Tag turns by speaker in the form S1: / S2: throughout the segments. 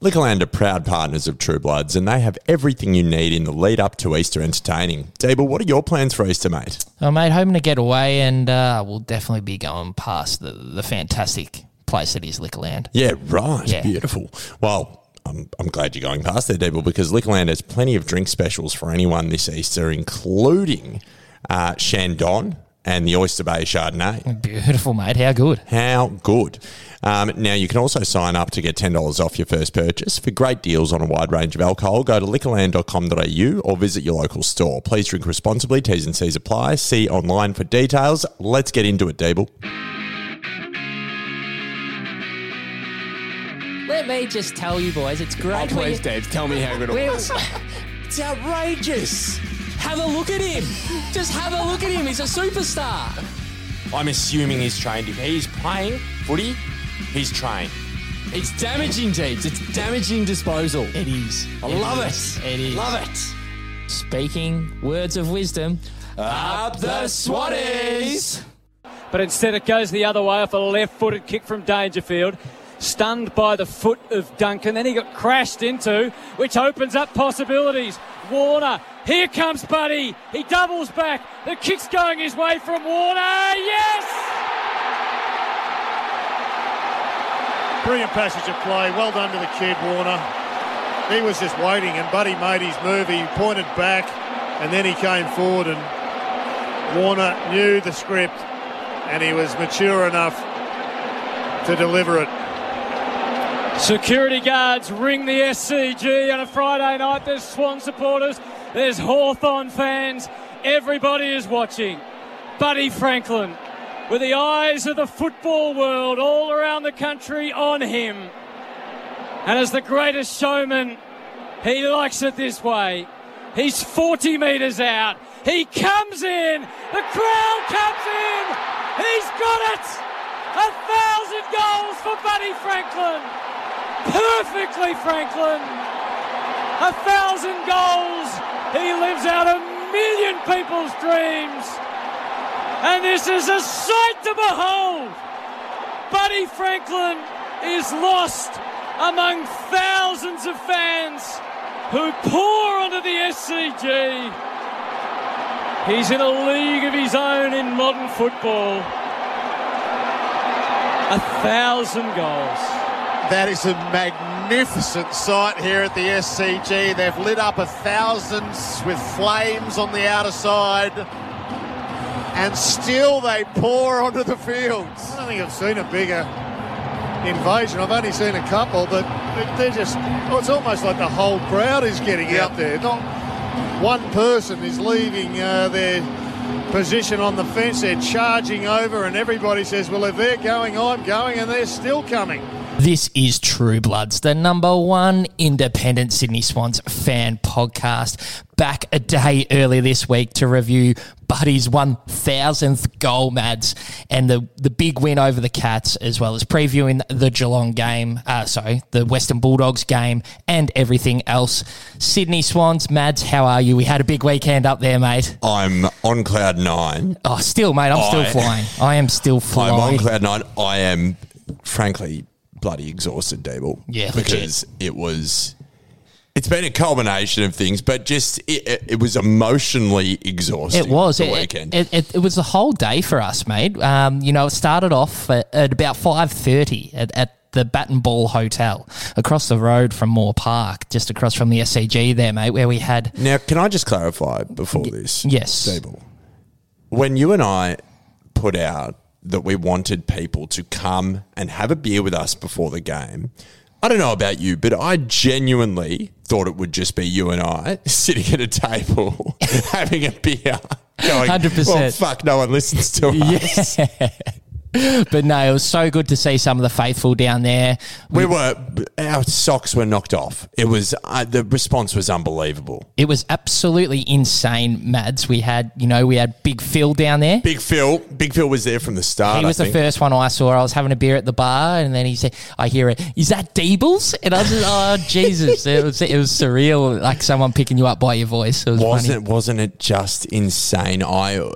S1: Liquorland are proud partners of True Bloods, and they have everything you need in the lead up to Easter entertaining. Dable, what are your plans for Easter, mate?
S2: Oh, mate, hoping to get away, and uh, we'll definitely be going past the, the fantastic place that is Liquorland.
S1: Yeah, right.
S2: Yeah.
S1: Beautiful. Well, I'm, I'm glad you're going past there, Debo, because Liquorland has plenty of drink specials for anyone this Easter, including uh, Shandon and the Oyster Bay Chardonnay.
S2: Beautiful, mate. How good.
S1: How good. Um, now, you can also sign up to get $10 off your first purchase. For great deals on a wide range of alcohol, go to liquorland.com.au or visit your local store. Please drink responsibly. T's and C's apply. See online for details. Let's get into it, Debo.
S2: Let me just tell you, boys, it's
S3: Oh,
S2: great.
S3: please, Dave, tell me how good it
S2: Where-
S3: was.
S1: It's outrageous.
S2: have a look at him. Just have a look at him. He's a superstar.
S3: I'm assuming he's trained. If he's playing footy, he's trained. It's damaging, Jeeves. It's damaging disposal.
S2: It is.
S3: I love it.
S2: It is.
S3: Love it.
S2: Speaking words of wisdom.
S3: Up the Swatties.
S4: but instead it goes the other way off a left footed kick from Dangerfield. Stunned by the foot of Duncan, then he got crashed into, which opens up possibilities. Warner, here comes Buddy. He doubles back. The kick's going his way from Warner. Yes!
S5: Brilliant passage of play. Well done to the kid, Warner. He was just waiting, and Buddy made his move. He pointed back, and then he came forward, and Warner knew the script, and he was mature enough to deliver it.
S4: Security guards ring the SCG on a Friday night. There's Swan supporters, there's Hawthorn fans. Everybody is watching. Buddy Franklin, with the eyes of the football world all around the country on him. And as the greatest showman, he likes it this way. He's 40 metres out. He comes in. The crowd comes in. He's got it. A thousand goals for Buddy Franklin perfectly, Franklin. A thousand goals. He lives out a million people's dreams. And this is a sight to behold. Buddy Franklin is lost among thousands of fans who pour onto the SCG. He's in a league of his own in modern football. A thousand goals.
S5: That is a magnificent sight here at the SCG. They've lit up a thousand with flames on the outer side, and still they pour onto the fields. I don't think I've seen a bigger invasion. I've only seen a couple, but they're just, well, it's almost like the whole crowd is getting out there. Not one person is leaving uh, their position on the fence. They're charging over, and everybody says, Well, if they're going, I'm going, and they're still coming.
S2: This is True Bloods, the number one independent Sydney Swans fan podcast. Back a day early this week to review Buddy's 1000th goal, Mads, and the, the big win over the Cats, as well as previewing the Geelong game, uh, sorry, the Western Bulldogs game, and everything else. Sydney Swans, Mads, how are you? We had a big weekend up there, mate.
S1: I'm on cloud nine.
S2: Oh, still, mate, I'm still
S1: I-
S2: flying. I am still
S1: I'm on
S2: flying.
S1: cloud nine. I am, frankly, bloody exhausted, Dable.
S2: Yeah,
S1: because it was. It's been a culmination of things, but just it, it, it was emotionally exhausting.
S2: It was
S1: the
S2: it,
S1: weekend.
S2: It, it, it was the whole day for us, mate. Um, you know, it started off at, at about five thirty at, at the Bat and Ball Hotel across the road from Moore Park, just across from the SCG there, mate, where we had
S1: now, can I just clarify before this?
S2: yes.
S1: Dable, when you and I put out that we wanted people to come and have a beer with us before the game. I don't know about you, but I genuinely thought it would just be you and I sitting at a table having a beer. Going,
S2: 100%.
S1: Well, fuck, no one listens to us.
S2: but no, it was so good to see some of the faithful down there.
S1: We were, our socks were knocked off. It was, uh, the response was unbelievable.
S2: It was absolutely insane, Mads. We had, you know, we had Big Phil down there.
S1: Big Phil, Big Phil was there from the start.
S2: He was
S1: I
S2: the
S1: think.
S2: first one I saw. I was having a beer at the bar, and then he said, "I hear it. Is that Deebles?" And I was just, "Oh Jesus!" It was it was surreal, like someone picking you up by your voice. It was funny.
S1: wasn't wasn't it just insane? I uh,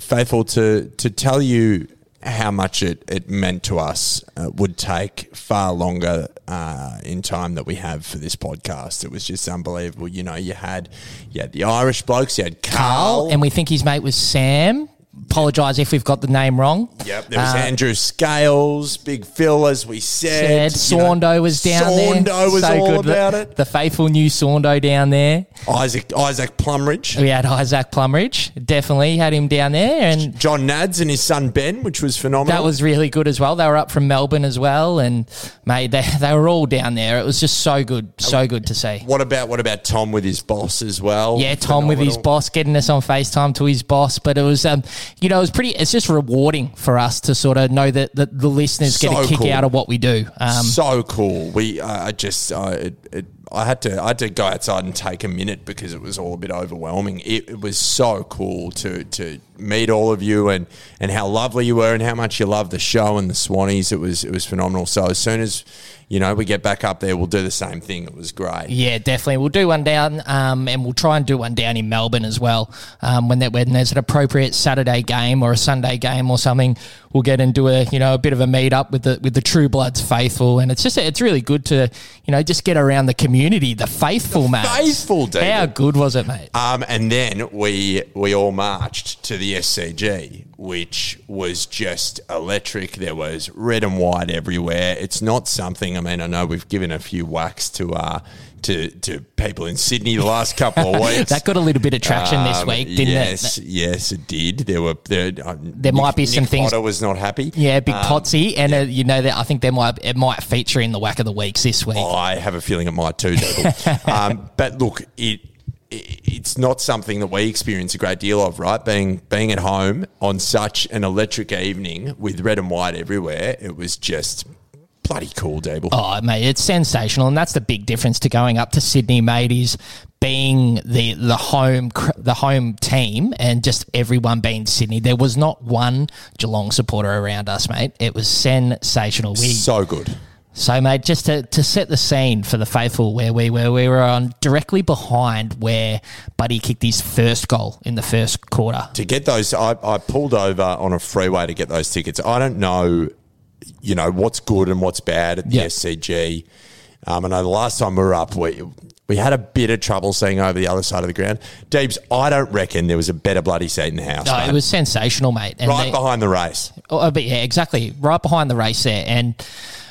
S1: faithful to to tell you how much it, it meant to us uh, would take far longer uh, in time that we have for this podcast. It was just unbelievable. You know, you had you had the Irish blokes, you had Carl,
S2: and we think his mate was Sam. Apologise if we've got the name wrong.
S1: Yep, there was
S2: Uh,
S1: Andrew Scales, Big Phil, as we said.
S2: Said Saundo was down
S1: Saundo
S2: there.
S1: was
S2: So
S1: all
S2: good. The-
S1: about it.
S2: The faithful new Saundo down there.
S1: Isaac Isaac Plumridge,
S2: We had Isaac Plumridge. Definitely had him down there, and
S1: John Nads, and his son Ben, which was phenomenal.
S2: that was really good as well. They were up from Melbourne as well, and mate, they they were all down there. It was just so good, so good to see.
S1: What about what about Tom with his boss as well?
S2: Yeah, Tom with his
S1: Phenomenal.
S2: boss getting us on FaceTime to his boss, but it was, um, you know, it was pretty. It's just rewarding for us to sort of know that, that the listeners get
S1: So
S2: a kick
S1: cool.
S2: out of what we do. Um,
S1: so cool. We, I I just, I, it, it, I had to, I had to go outside and take a minute because it was all a bit overwhelming. It, it was so cool to to meet all of you and and how lovely you were and how much you loved the show and the Swannies. It was it was phenomenal. So as soon as you know we get back up there, we'll do the same thing. It was great.
S2: yeah, definitely. We'll do one down, um, and we'll try and do one down in Melbourne as well. Um, when that when there's an appropriate Saturday game or a Sunday game or something, we'll get and do a you know a bit of a meet up with the with the True Bloods faithful, and it's just it's really good to you know just get around the community, the faithful man,
S1: faithful,
S2: How
S1: David.
S2: good was it, mate?
S1: Um, and then we we all marched to the SCG, which was just electric. There was red and white everywhere. It's not something. I mean, I know we've given a few whacks to uh, to to people in Sydney the last couple of weeks.
S2: That got a little bit of traction this
S1: Um,
S2: week, didn't it?
S1: yes, it? Yes, it did. There were there. Um,
S2: There might be some things-
S1: Potter was not happy.
S2: Yeah, big
S1: Um,
S2: Potsy, and uh, you know that I think they might it might feature in the whack of the weeks this week.
S1: I have a feeling it might too, Dougal. um, but look, it, it it's not something that we experience a great deal of, right? Being being at home on such an electric evening with red and white everywhere, it was just bloody cool, Dougal.
S2: Oh, mate, it's sensational, and that's the big difference to going up to Sydney, mate. Is being the the home cr- the home team, and just everyone being Sydney. There was not one Geelong supporter around us, mate. It was sensational. We
S1: so good.
S2: So, mate, just to, to set the scene for the faithful, where we were, we were on directly behind where Buddy kicked his first goal in the first quarter.
S1: to get those I, I pulled over on a freeway to get those tickets i don't know you know what's good and what's bad at the
S2: Yeah.
S1: scg um, i know the last time we were up we we had a bit of trouble seeing over the other side of the ground deeps i don't reckon there was a better bloody seat in the house
S2: No,
S1: mate.
S2: it was sensational, mate. And
S1: right
S2: they-
S1: behind the race
S2: Oh, but yeah, exactly. Right behind the race there, and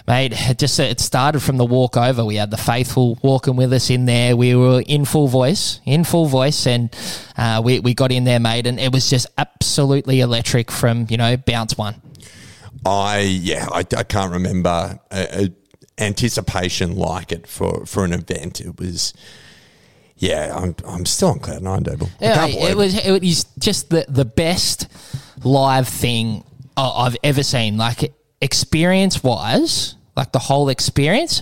S2: mate, it just it started from the walk over. We had the faithful walking with us in there. We were in full voice, in full voice, and uh, we we got in there, mate, and it was just absolutely electric from you know bounce one.
S1: I yeah, I, I can't remember a, a anticipation like it for for an event. It was yeah, I'm I'm still on cloud nine, Dable. I
S2: Yeah,
S1: can't believe
S2: it was it was just the the best live thing I- I've ever seen. Like experience wise, like the whole experience,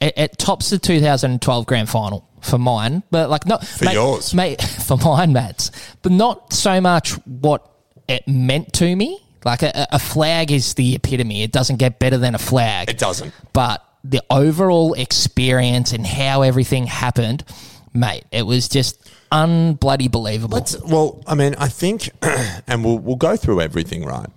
S2: it, it tops the 2012 grand final for mine. But like not for
S1: yours.
S2: mate, for mine, Matt's, but not so much what it meant to me. Like a, a flag is the epitome. It doesn't get better than a flag.
S1: It doesn't.
S2: But the overall experience and how everything happened, mate, it was just unbloody believable.
S1: Let's, well, I mean, I think, and we'll, we'll go through everything, right?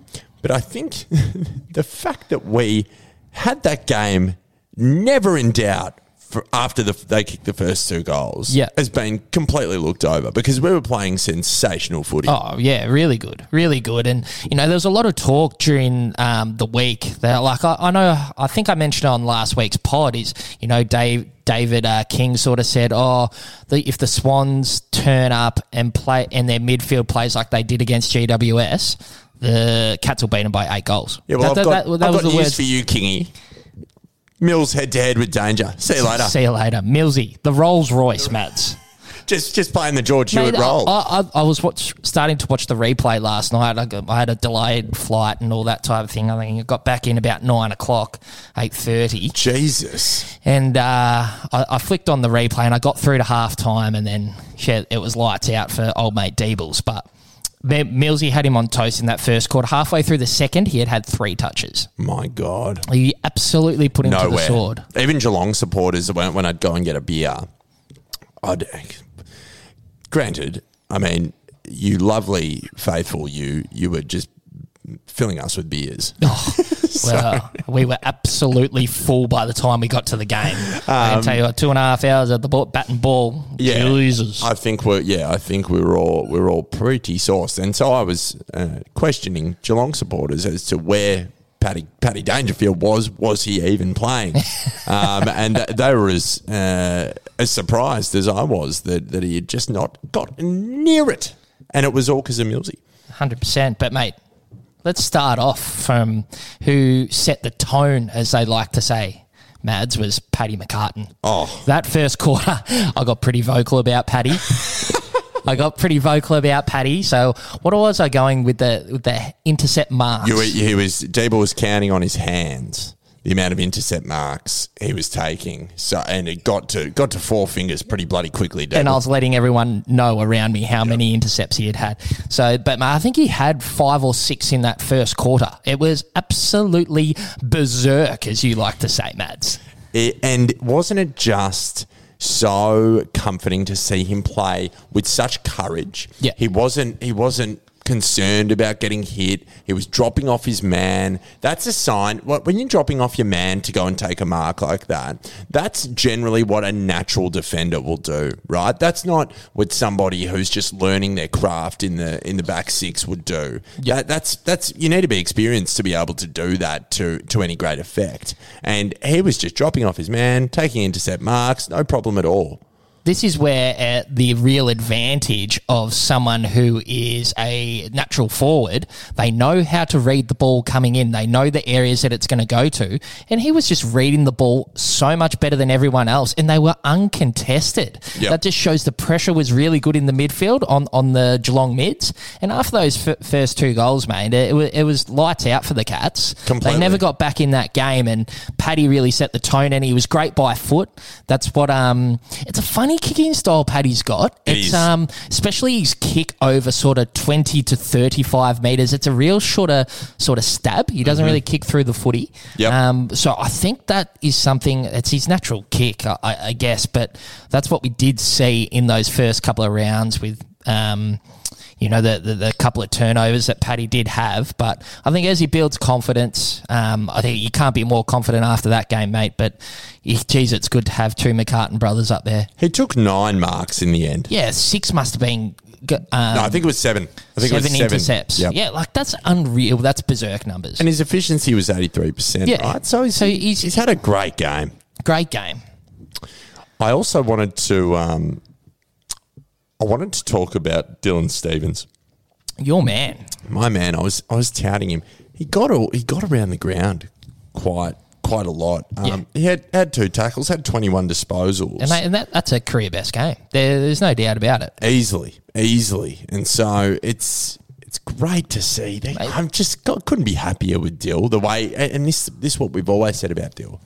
S1: But I think the fact that we had that game never in doubt for after the, they kicked the first two goals
S2: Yeah.
S1: has been completely looked over because we were playing sensational footy.
S2: Oh yeah, really good, really good. And you know, there was a lot of talk during um, the week that, like, I, I know, I think I mentioned on last week's pod is, you know, Dave David uh, King sort of said, oh, the, if the Swans turn up and play and their midfield plays like they did against GWS, the Cats will beat them by eight goals.
S1: yeah, well,
S2: That-
S1: I've got,
S2: that- that
S1: I've
S2: was
S1: got
S2: the
S1: news
S2: words-
S1: for you, Kingy. Mills head to head with danger. See you later.
S2: See you later, Millsy, the Rolls Royce, Mats.
S1: just just playing the George Hewitt
S2: Mate,
S1: role.
S2: I, I, I was watch, starting to watch the replay last night. I, got- I had a delayed flight and all that type of thing. I think I got back in about nine o'clock, eight thirty,
S1: Jesus.
S2: and uh, I, I flicked on the replay and I got through to half time, and then shit, it was lights out for old mate Deebles. But Mi- Millsy had him on toast in that first quarter. Halfway through the second, he had had three touches.
S1: My God.
S2: He absolutely put him to the sword.
S1: Even Geelong supporters, when, when I'd go and get a beer, I'd. Granted, I mean, you lovely, faithful you, you were just filling us with beers.
S2: Oh, Well, we were absolutely full by the time we got to the game.
S1: Um,
S2: I can tell you what, two and a half hours at the ball, bat and ball.
S1: Yeah.
S2: Jesus.
S1: I think we're yeah. I think we were all we were all pretty sauced, and so I was uh, questioning Geelong supporters as to where Paddy Paddy Dangerfield was. Was he even playing? um, and th- they were as uh, as surprised as I was that that he had just not got near it, and it was all because of Millsy.
S2: Hundred percent. But mate, let's start off from who set the tone, as they like to say. Mads was Paddy McCartan.
S1: Oh.
S2: that first quarter, I got pretty vocal about Paddy. I got pretty vocal about Paddy. So what was I going with the with the intercept marks?
S1: You were, he was Debo was counting on his hands the amount of intercept marks he was taking. So and it got to got to four fingers pretty bloody quickly. Debo.
S2: and I was letting everyone know around me how many intercepts he had had. So, but mate, I think he had five or six in that first quarter. It was absolutely berserk, as you like to say, Mads.
S1: It, and wasn't it just so comforting to see him play with such courage?
S2: Yeah.
S1: he wasn't. He wasn't concerned about getting hit. He was dropping off his man. That's a sign. wh- When you're dropping off your man to go and take a mark like that, that's generally what a natural defender will do, right? That's not what somebody who's just learning their craft in the in the back six would do. Yeah, that's that's you need to be experienced to be able to do that to to any great effect. And he was just dropping off his man, taking intercept marks, no problem at all.
S2: This is where uh, the real advantage of someone who is a natural forward, they know how to read the ball coming in. They know the areas that it's going to go to. And he was just reading the ball so much better than everyone else. And they were uncontested.
S1: Yep.
S2: That just shows the pressure was really good in the midfield on, on the Geelong mids. And after those f- first two goals, mate, it, wa it was lights out for the Cats.
S1: Completely.
S2: They never got back in that game, and Paddy really set the tone, and he was great by foot. That's what um, it's a funny kicking style Paddy's got.
S1: It
S2: it's
S1: is.
S2: um, especially his kick over sort of twenty to thirty-five meters. It's a real shorter sort of stab. He doesn't really kick through the footy.
S1: Mm-hmm. Yep.
S2: Um, so I think that is something. It's his natural kick, I, I I guess. But that's what we did see in those first couple of rounds with. Um, you know, the, the, the couple of turnovers that Paddy did have. But I think as he builds confidence, um, I think you can't be more confident after that game, mate. But yeah, geez, it's good to have two McCartan brothers up there.
S1: He took nine marks in the end.
S2: Yeah, six must have been. g- Um,
S1: No, I think it was seven. I think
S2: seven,
S1: it was seven
S2: intercepts.
S1: Yep.
S2: Yeah, like that's unreal. That's berserk numbers.
S1: And his efficiency was 83%.
S2: Yeah.
S1: Right? So, he's,
S2: So
S1: he's,
S2: he's-
S1: he's had a great game.
S2: Great game.
S1: I also wanted to um, I wanted to talk about Dylan Stevens.
S2: Your man.
S1: My man, I was I was touting him. He got all, he got around the ground quite quite a lot. Um,
S2: Yeah.
S1: He had, had two tackles, had 21 disposals.
S2: And, mate, and that, that's a career best game. There, there's no doubt about it.
S1: easily, easily. And so it's it's great to see. They, I'm just got, couldn't be happier with Dill. The way and this this is what we've always said about Dill.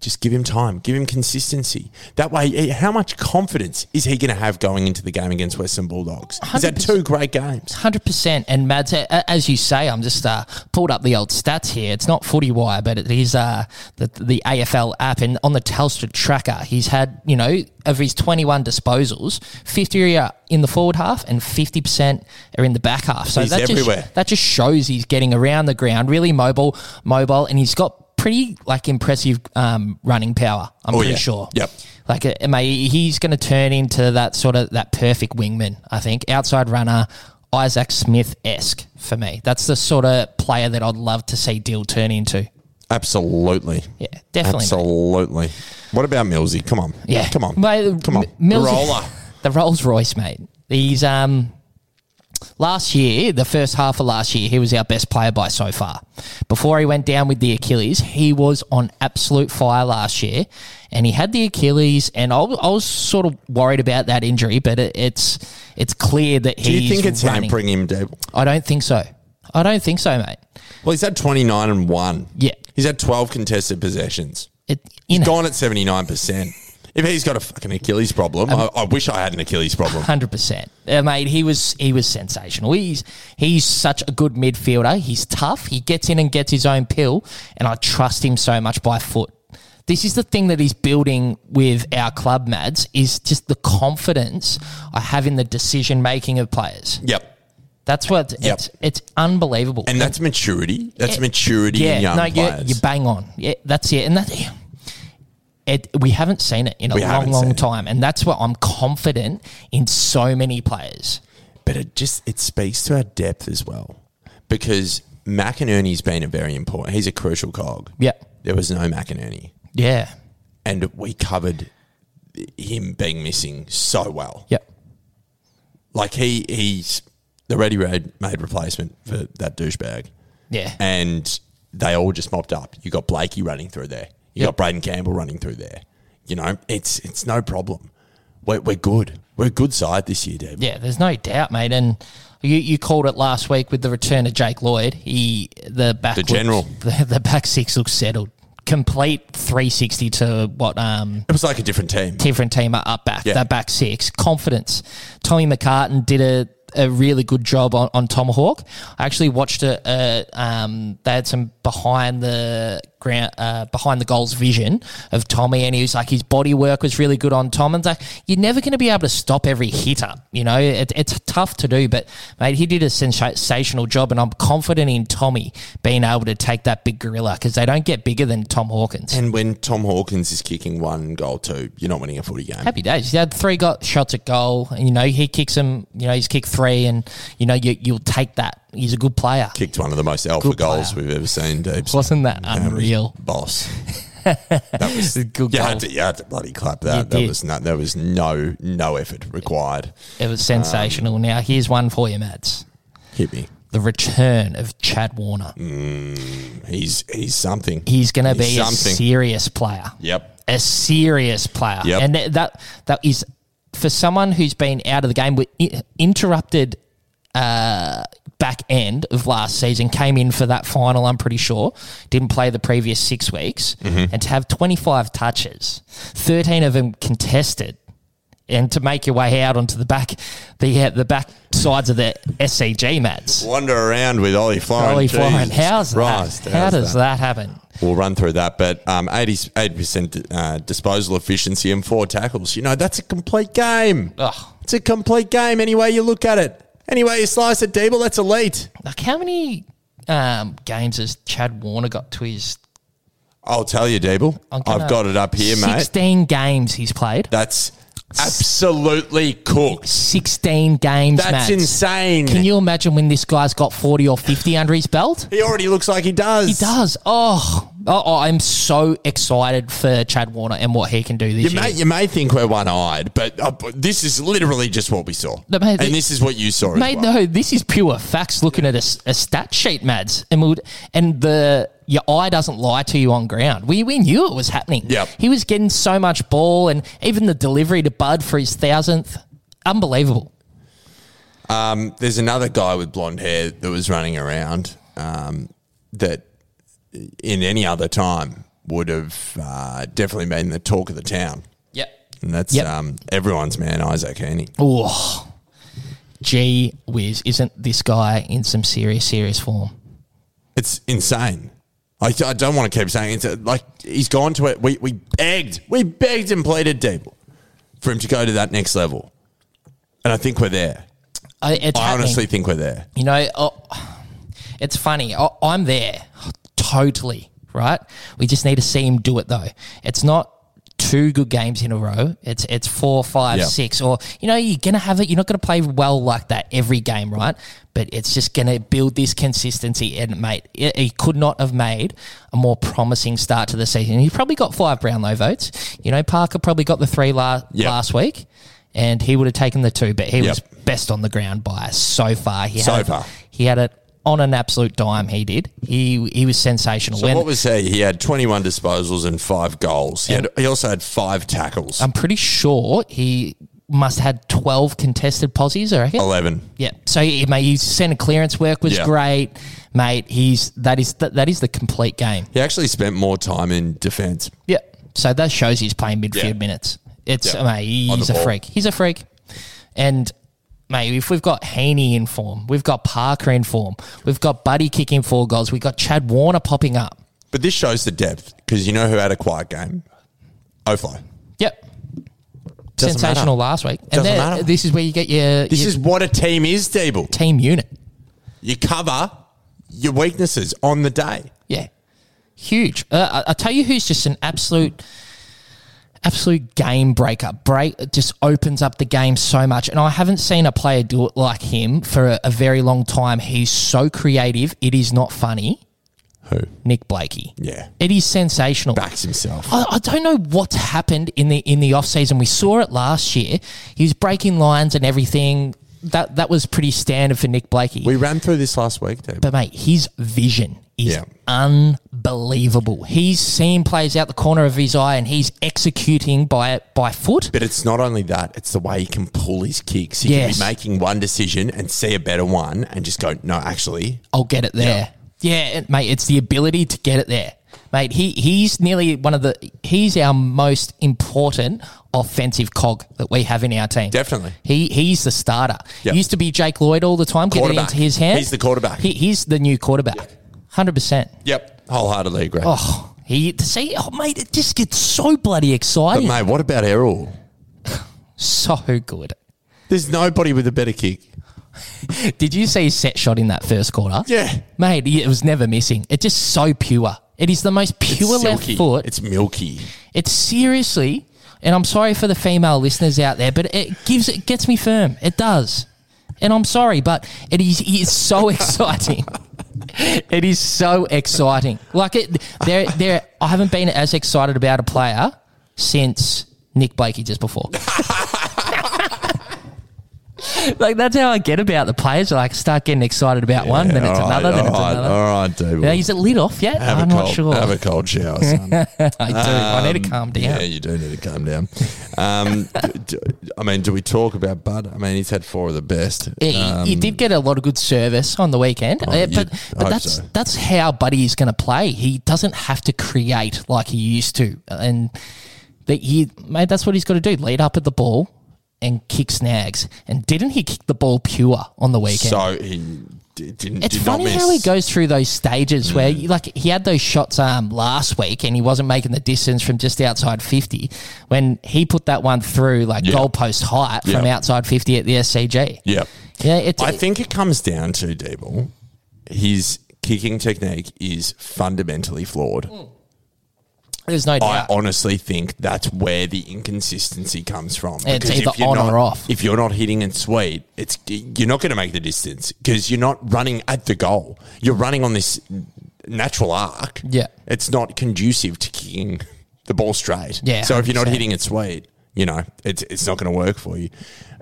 S1: Just give him time, give him consistency. That way, eh, how much confidence is he going to have going into the game against Western Bulldogs? He's had two great games.
S2: Hundred percent, and Mads, a- a- as you say, I'm just uh, pulled up the old stats here. It's not Footy Wire, but it is uh, the the AFL app, and on the Telstra tracker, he's had you know of his 21 disposals, 50 are in the forward half, and 50 percent are in the back half. So
S1: He's
S2: that
S1: everywhere.
S2: just that just shows he's getting around the ground, really mobile, mobile, and he's got pretty like impressive um, running power. I'm
S1: Oh,
S2: pretty
S1: yeah.
S2: sure.
S1: Yep.
S2: Like, uh, mate, he's going to turn into that sort of that perfect wingman. I think outside runner, Isaac Smith esque for me. That's the sort of player that I'd love to see Dill turn into.
S1: Absolutely.
S2: Yeah, definitely. mate.
S1: Absolutely. What about Millsy? Come on.
S2: Yeah,
S1: Come on.
S2: Mate,
S1: Come on.
S2: M- Mills-
S1: Roller.
S2: the Rolls Royce, mate. He's um. Last year, the first half of last year, he was our best player by so far. Before he went down with the Achilles, he was on absolute fire last year, and he had the Achilles. And I, was- I was sort of worried about that injury, but it, it's it's clear that he's.
S1: Do you think it's
S2: running.
S1: hampering him, Dave?
S2: I don't think so. I don't think so, mate.
S1: Well, he's had 29 and 1.
S2: Yeah.
S1: He's had 12 contested possessions.
S2: It you know,
S1: gone at 79%. If he's got a fucking Achilles problem,
S2: Um,
S1: I, I wish I had an Achilles problem.
S2: Hundred percent, uh, mate. He was he was sensational. He's he's such a good midfielder. He's tough. He gets in and gets his own pill, and I trust him so much by foot. This is the thing that he's building with our club, Mads, is just the confidence I have in the decision making of players.
S1: Yep.
S2: That's what
S1: Yep.
S2: it's it's unbelievable.
S1: And that's maturity. That's
S2: It-
S1: maturity in young
S2: Eh, no,
S1: players.
S2: you you bang on. Yeah, that's it. And that it we haven't seen it in a
S1: We
S2: long,
S1: haven't seen
S2: long
S1: it.
S2: time. And that's what I'm confident in so many players.
S1: but it just it speaks to our depth as well, because McInerney's been a very important. He's a crucial cog.
S2: Yep.
S1: There was no McInerney,
S2: Yeah.
S1: and we covered him being missing so well.
S2: Yep.
S1: Like he he's the ready made replacement for that douchebag.
S2: Yeah.
S1: and they all just mopped up. You got Blakey running through there. You
S2: Yep.
S1: got Braden Campbell running through there. You know, it's it's no problem. We're, we're good. We're a good side this year, Dave.
S2: Yeah, there's no doubt, mate. And you, you called it last week with the return of Jake Lloyd. He the back
S1: The
S2: looks-
S1: general.
S2: the, the back six looks settled. Complete 360 to what um
S1: It was like a different team.
S2: different team are up back.
S1: Yeah.
S2: That back six confidence. Tommy McCartan did a, a really good job on, on Tomahawk. I actually watched a, a um they had some behind the ground uh, behind the goals vision of Tommy, and he was like his body work was really good on Tom. And it's like you're never going to be able to stop every hitter. You know, it, it's tough to do, but mate, he did a sensational job, and I'm confident in Tommy being able to take that big gorilla because they don't get bigger than Tom Hawkins.
S1: And when Tom Hawkins is kicking one goal, two, you're not winning a footy game.
S2: happy days. He had three got shots at goal, and you know he kicks him. You know he's kicked three, and you know you, you'll take that. He's a good player.
S1: Kicked one of the most alpha
S2: Good player.
S1: goals we've ever seen, Deeps.
S2: Wasn't that
S1: That was
S2: unreal?
S1: boss. That was
S2: a good
S1: you
S2: goal.
S1: had, to, you had to bloody clap that.
S2: You
S1: that
S2: did.
S1: was no, there was no no effort required.
S2: It was sensational. now here's one for you, Mads.
S1: Um, Hit me.
S2: The return of Chad Warner.
S1: Mm, He's he's something.
S2: He's going to
S1: He's
S2: be a
S1: something.
S2: serious player.
S1: Yep.
S2: a serious player,
S1: Yep.
S2: and that, that that is for someone who's been out of the game with i- interrupted uh, back end of last season, came in for that final. I'm pretty sure didn't play the previous six weeks,
S1: Mm-hmm.
S2: and to have 25 touches, 13 of them contested. And to make your way out onto the back, the uh, the back sides of the SCG mats.
S1: Wander around with Ollie Florin.
S2: Holy
S1: Oh, Jesus
S2: flying! How's
S1: Christ,
S2: that? How
S1: how's
S2: does that happen?
S1: We'll run through that, but um, 88 percent uh, disposal efficiency and four tackles. You know that's a complete game.
S2: Ugh.
S1: It's a complete game. Any way you look at it, any way you slice it, Deeble, that's elite.
S2: Like, how many um, games has Chad Warner got to his?
S1: I'll tell you, Deeble.
S2: I'm gonna-
S1: I've got it up here, mate.
S2: Sixteen games he's played.
S1: That's absolutely cooked.
S2: Sixteen games.
S1: That's
S2: Mads.
S1: insane.
S2: Can you imagine when this guy's got forty or fifty under his belt?
S1: He already looks like he does.
S2: He does. Oh, oh, oh, I'm so excited for Chad Warner and what he can do this
S1: You
S2: year.
S1: may, you may think we're one eyed, but uh, this is literally just what we saw.
S2: No, mate,
S1: and
S2: the-
S1: this is what you saw. as
S2: Mate,
S1: well.
S2: no, this is pure facts. Looking at a, s- a stat sheet, Mads, and we'll, and the your eye doesn't lie to you on ground. We we knew it was happening.
S1: Yep.
S2: he was getting so much ball, and even the delivery to Bud for his thousandth, unbelievable.
S1: Um, there's another guy with blonde hair that was running around um, that in any other time would have uh, definitely been the talk of the town.
S2: Yep.
S1: And that's
S2: Yep.
S1: um, everyone's man, Isaac Heaney.
S2: Oh, gee whiz! Isn't this guy in some serious serious form?
S1: It's insane. I, I don't want to keep saying it's uh, like he's gone to it. We, we begged, we begged and pleaded deep for him to go to that next level. And I think we're there.
S2: I, it's
S1: I
S2: happening.
S1: honestly think we're there.
S2: You know, oh, it's funny. I, I'm there, totally right. We just need to see him do it though. It's not two good games in a row. It's it's four, five,
S1: Yeah.
S2: six, or you know, you're gonna have it. You're not gonna play well like that every game, right? But it's just gonna build this consistency. And mate, it, he could not have made a more promising start to the season. He probably got five Brownlow votes. You know, Parker probably got the three la-
S1: Yeah.
S2: last week. And he would have taken the two, but he
S1: Yep.
S2: was best on the ground by so far. He
S1: So
S2: had,
S1: far.
S2: He had it on an absolute dime. He did. He he was sensational.
S1: So
S2: When-
S1: what was he? He had 21 disposals and five goals. He, had, he also had five tackles.
S2: I'm pretty sure he must had 12 contested posies, I reckon.
S1: 11.
S2: Yeah. So he, mate, his centre clearance work was
S1: Yeah.
S2: great, mate. He's that is that, that is the complete game.
S1: He actually spent more time in defence.
S2: Yeah. So that shows he's playing midfield
S1: Yeah.
S2: minutes. It's
S1: Yeah.
S2: mate,
S1: On the
S2: he's a
S1: ball.
S2: freak. He's a freak. And mate, if we've got Heaney in form, we've got Parker in form, we've got Buddy kicking four goals, we've got Chad Warner popping up.
S1: But this shows the depth because you know who had a quiet game? Oflo.
S2: Yep.
S1: Doesn't
S2: Sensational
S1: matter.
S2: last week. And
S1: Doesn't
S2: then
S1: matter.
S2: this is where you get your,
S1: This
S2: your
S1: is what a team is, Deeble.
S2: team unit.
S1: You cover your weaknesses on the day.
S2: Yeah, huge. Uh, I, I tell you, who's just an absolute, absolute game breaker. Break just opens up the game so much, and I haven't seen a player do it like him for a, a very long time. He's so creative; it is not funny.
S1: Who?
S2: Nick Blakey.
S1: Yeah.
S2: It is sensational.
S1: Backs himself.
S2: I, I don't know what's happened in the in the off season. We saw it last year. He was breaking lines and everything. That that was pretty standard for Nick Blakey.
S1: We ran through this last week, Dave.
S2: but mate, his vision is
S1: Yeah.
S2: unbelievable. He's seeing plays out the corner of his eye and he's executing by by foot.
S1: But it's not only that, it's the way he can pull his kicks. He
S2: Yes.
S1: can be making one decision and see a better one and just go, no, actually,
S2: I'll get it there. Yeah, it- mate, it's the ability to get it there. Mate, he, he's nearly one of the he's our most important offensive cog that we have in our team.
S1: Definitely.
S2: He he's the starter.
S1: Yep.
S2: Used to be Jake Lloyd all the time, getting
S1: Quarterback.
S2: into his hands.
S1: He's the quarterback.
S2: He, he's the new quarterback. Hundred percent.
S1: yep, wholeheartedly agree.
S2: Oh, he see, oh mate, it just gets so bloody
S1: but,
S2: exciting.
S1: mate, what about Errol?
S2: so good.
S1: There's nobody with a better kick.
S2: Did you see his set shot in that first quarter?
S1: Yeah.
S2: Mate, it was never missing. It's just so pure. It is the most pure left
S1: silky.
S2: foot.
S1: It's milky.
S2: It's seriously, and I'm sorry for the female listeners out there, but it gives it gets me firm. It does. And I'm sorry, but it is, it is so exciting. it is so exciting. Like it, there, there. I haven't been as excited about a player since Nick Blakey just before. like that's how I get about the players. Like I start getting excited about one, then it's
S1: All right,
S2: another, then it's
S1: all right,
S2: another.
S1: All right, Dave.
S2: Now, is it lit off yet?
S1: have
S2: I'm
S1: a cold,
S2: not sure.
S1: Have a cold shower, son. Um,
S2: I do. I need to calm down.
S1: Yeah, you do need to calm down. Um, d- I mean, do we talk about Bud? I mean, he's had four of the best. Um,
S2: Yeah, he- he did get a lot of good service on the weekend,
S1: Oh,
S2: Uh,
S1: you'd
S2: but,
S1: hope
S2: but that's
S1: so.
S2: that's how Buddy is going to play. He doesn't have to create like he used to, and that he mate, that's what he's got to do: lead up at the ball and kick snags. And didn't he kick the ball pure on the weekend?
S1: So he d- didn't.
S2: it's
S1: did
S2: funny
S1: not miss. Mm.
S2: how he goes through those stages where, you- like, he had those shots um, last week and he wasn't making the distance from just outside 50. When he put that one through, like,
S1: Yeah.
S2: goalpost height from
S1: Yeah.
S2: outside 50 at the SCG.
S1: Yeah,
S2: Yeah, it's,
S1: I think it comes down to Debo. His kicking technique is fundamentally flawed.
S2: Mm. there's no doubt.
S1: I honestly think that's where the inconsistency comes from.
S2: It's
S1: Because
S2: either
S1: if you're
S2: on
S1: not-
S2: or off.
S1: If you're not hitting it sweet, it's you're not going to make the distance because you're not running at the goal. You're running on this natural arc.
S2: Yeah.
S1: it's not conducive to kicking the ball straight.
S2: Yeah,
S1: So if you're not
S2: 100%.
S1: hitting it sweet, you know it's it's not going to work for you.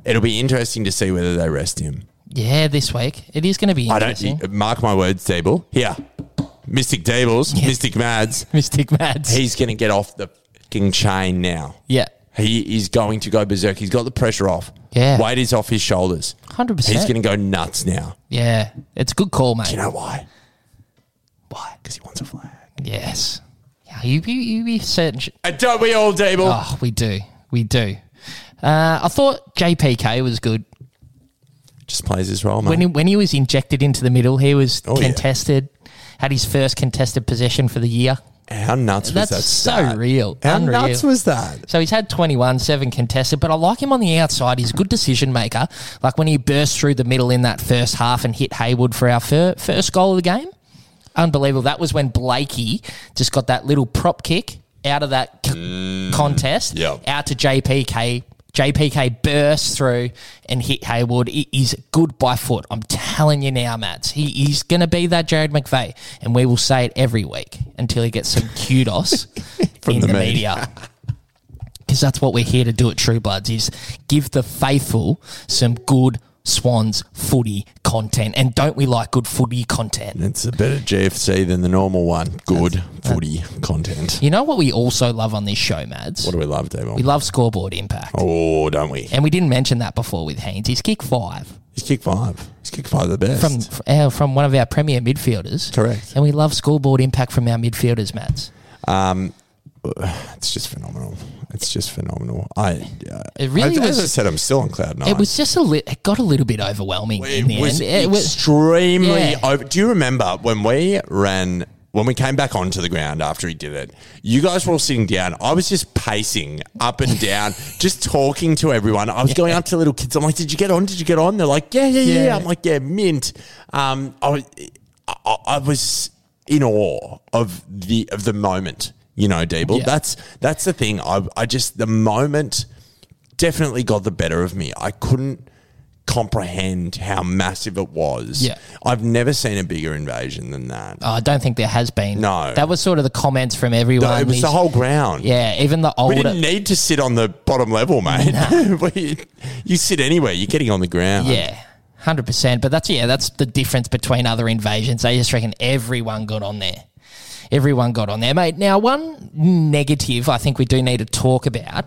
S1: It'll be interesting to see whether they rest him.
S2: Yeah, this week it is going to be
S1: I
S2: interesting.
S1: don't mark my words, Dable. Here, Mystic Dables, Mystic Mads.
S2: Mystic Mads.
S1: He's going to get off the fucking chain now.
S2: yeah,
S1: He is going to go berserk. He's got the pressure off.
S2: Yeah.
S1: Weight is off his shoulders.
S2: hundred percent.
S1: He's going to go nuts now.
S2: Yeah, it's a good call, mate.
S1: You know why?
S2: Why?
S1: Because he wants a flag.
S2: Yes. Yeah, you you you be certain. sh-
S1: And don't we all, Dable?
S2: Oh, we do, we do. Uh, I thought JPK was good
S1: Just plays his role, mate.
S2: when he, when he was injected into the middle. He was
S1: Oh, yeah.
S2: contested, had his first contested possession for the year.
S1: How nuts was
S2: That's
S1: that?
S2: so
S1: stat?
S2: real.
S1: How
S2: Unreal.
S1: nuts was that?
S2: So he's had 21, seven contested, but I like him on the outside. He's a good decision maker. Like when he burst through the middle in that first half and hit Haywood for our fir- first goal of the game. Unbelievable. That was when Blakey just got that little prop kick out of that c- contest,
S1: Mm, yep.
S2: out to JPK. JPK burst through and hit Haywood. He- He's good by foot. I'm telling you now, Mads. He, he's going to be that Jared McVeigh, and we will say it every week until he gets some kudos in
S1: the
S2: the
S1: media.
S2: media because that's what we're here to do at True Bloods is give the faithful some good Swans footy content. And don't we like good footy content?
S1: It's a better GFC than the normal one. Good footy content.
S2: You know what we also love on this show, Mads?
S1: What do we love, Dable?
S2: We love scoreboard impact.
S1: oh, don't we?
S2: And we didn't mention that before with Haynes. He's kicked five
S1: He's kick five. He's kick five the best.
S2: from f- uh, from one of our premier midfielders.
S1: Correct.
S2: And we love scoreboard impact from our midfielders, Mads.
S1: Um, it's just phenomenal. It's just phenomenal. I uh,
S2: It really
S1: as, as
S2: was-
S1: I said, I'm still on cloud nine.
S2: It was just a li- it got a little bit overwhelming
S1: Uh, It
S2: in the
S1: was
S2: end. It was
S1: extremely
S2: Yeah.
S1: over. Do you remember when we ran when we came back onto the ground after he did it, you guys were all sitting down. I was just pacing up and down, just talking to everyone. I was going up to little kids. I'm like, "Did you get on? Did you get on?" They're like, "Yeah, yeah, yeah."
S2: Yeah.
S1: I'm like, "Yeah, mint." Um, I, was- I, I was in awe of the of the moment. You know, Deeble.
S2: Yeah.
S1: That's that's the thing. I I just the moment definitely got the better of me. I couldn't comprehend how massive it was.
S2: Yeah.
S1: I've never seen a bigger invasion than that.
S2: Oh, I don't think there has been.
S1: No.
S2: That was sort of the comments from
S1: No,
S2: everyone.
S1: it was the
S2: These-
S1: whole ground.
S2: Yeah, even the
S1: We
S2: older.
S1: didn't need to sit on the bottom level, mate. We- you sit anywhere, you're getting on the ground.
S2: Yeah, hundred percent. But that's yeah, that's the difference between other invasions. I just reckon everyone got on there. Everyone got on there, mate. Now, one negative I think we do need to talk about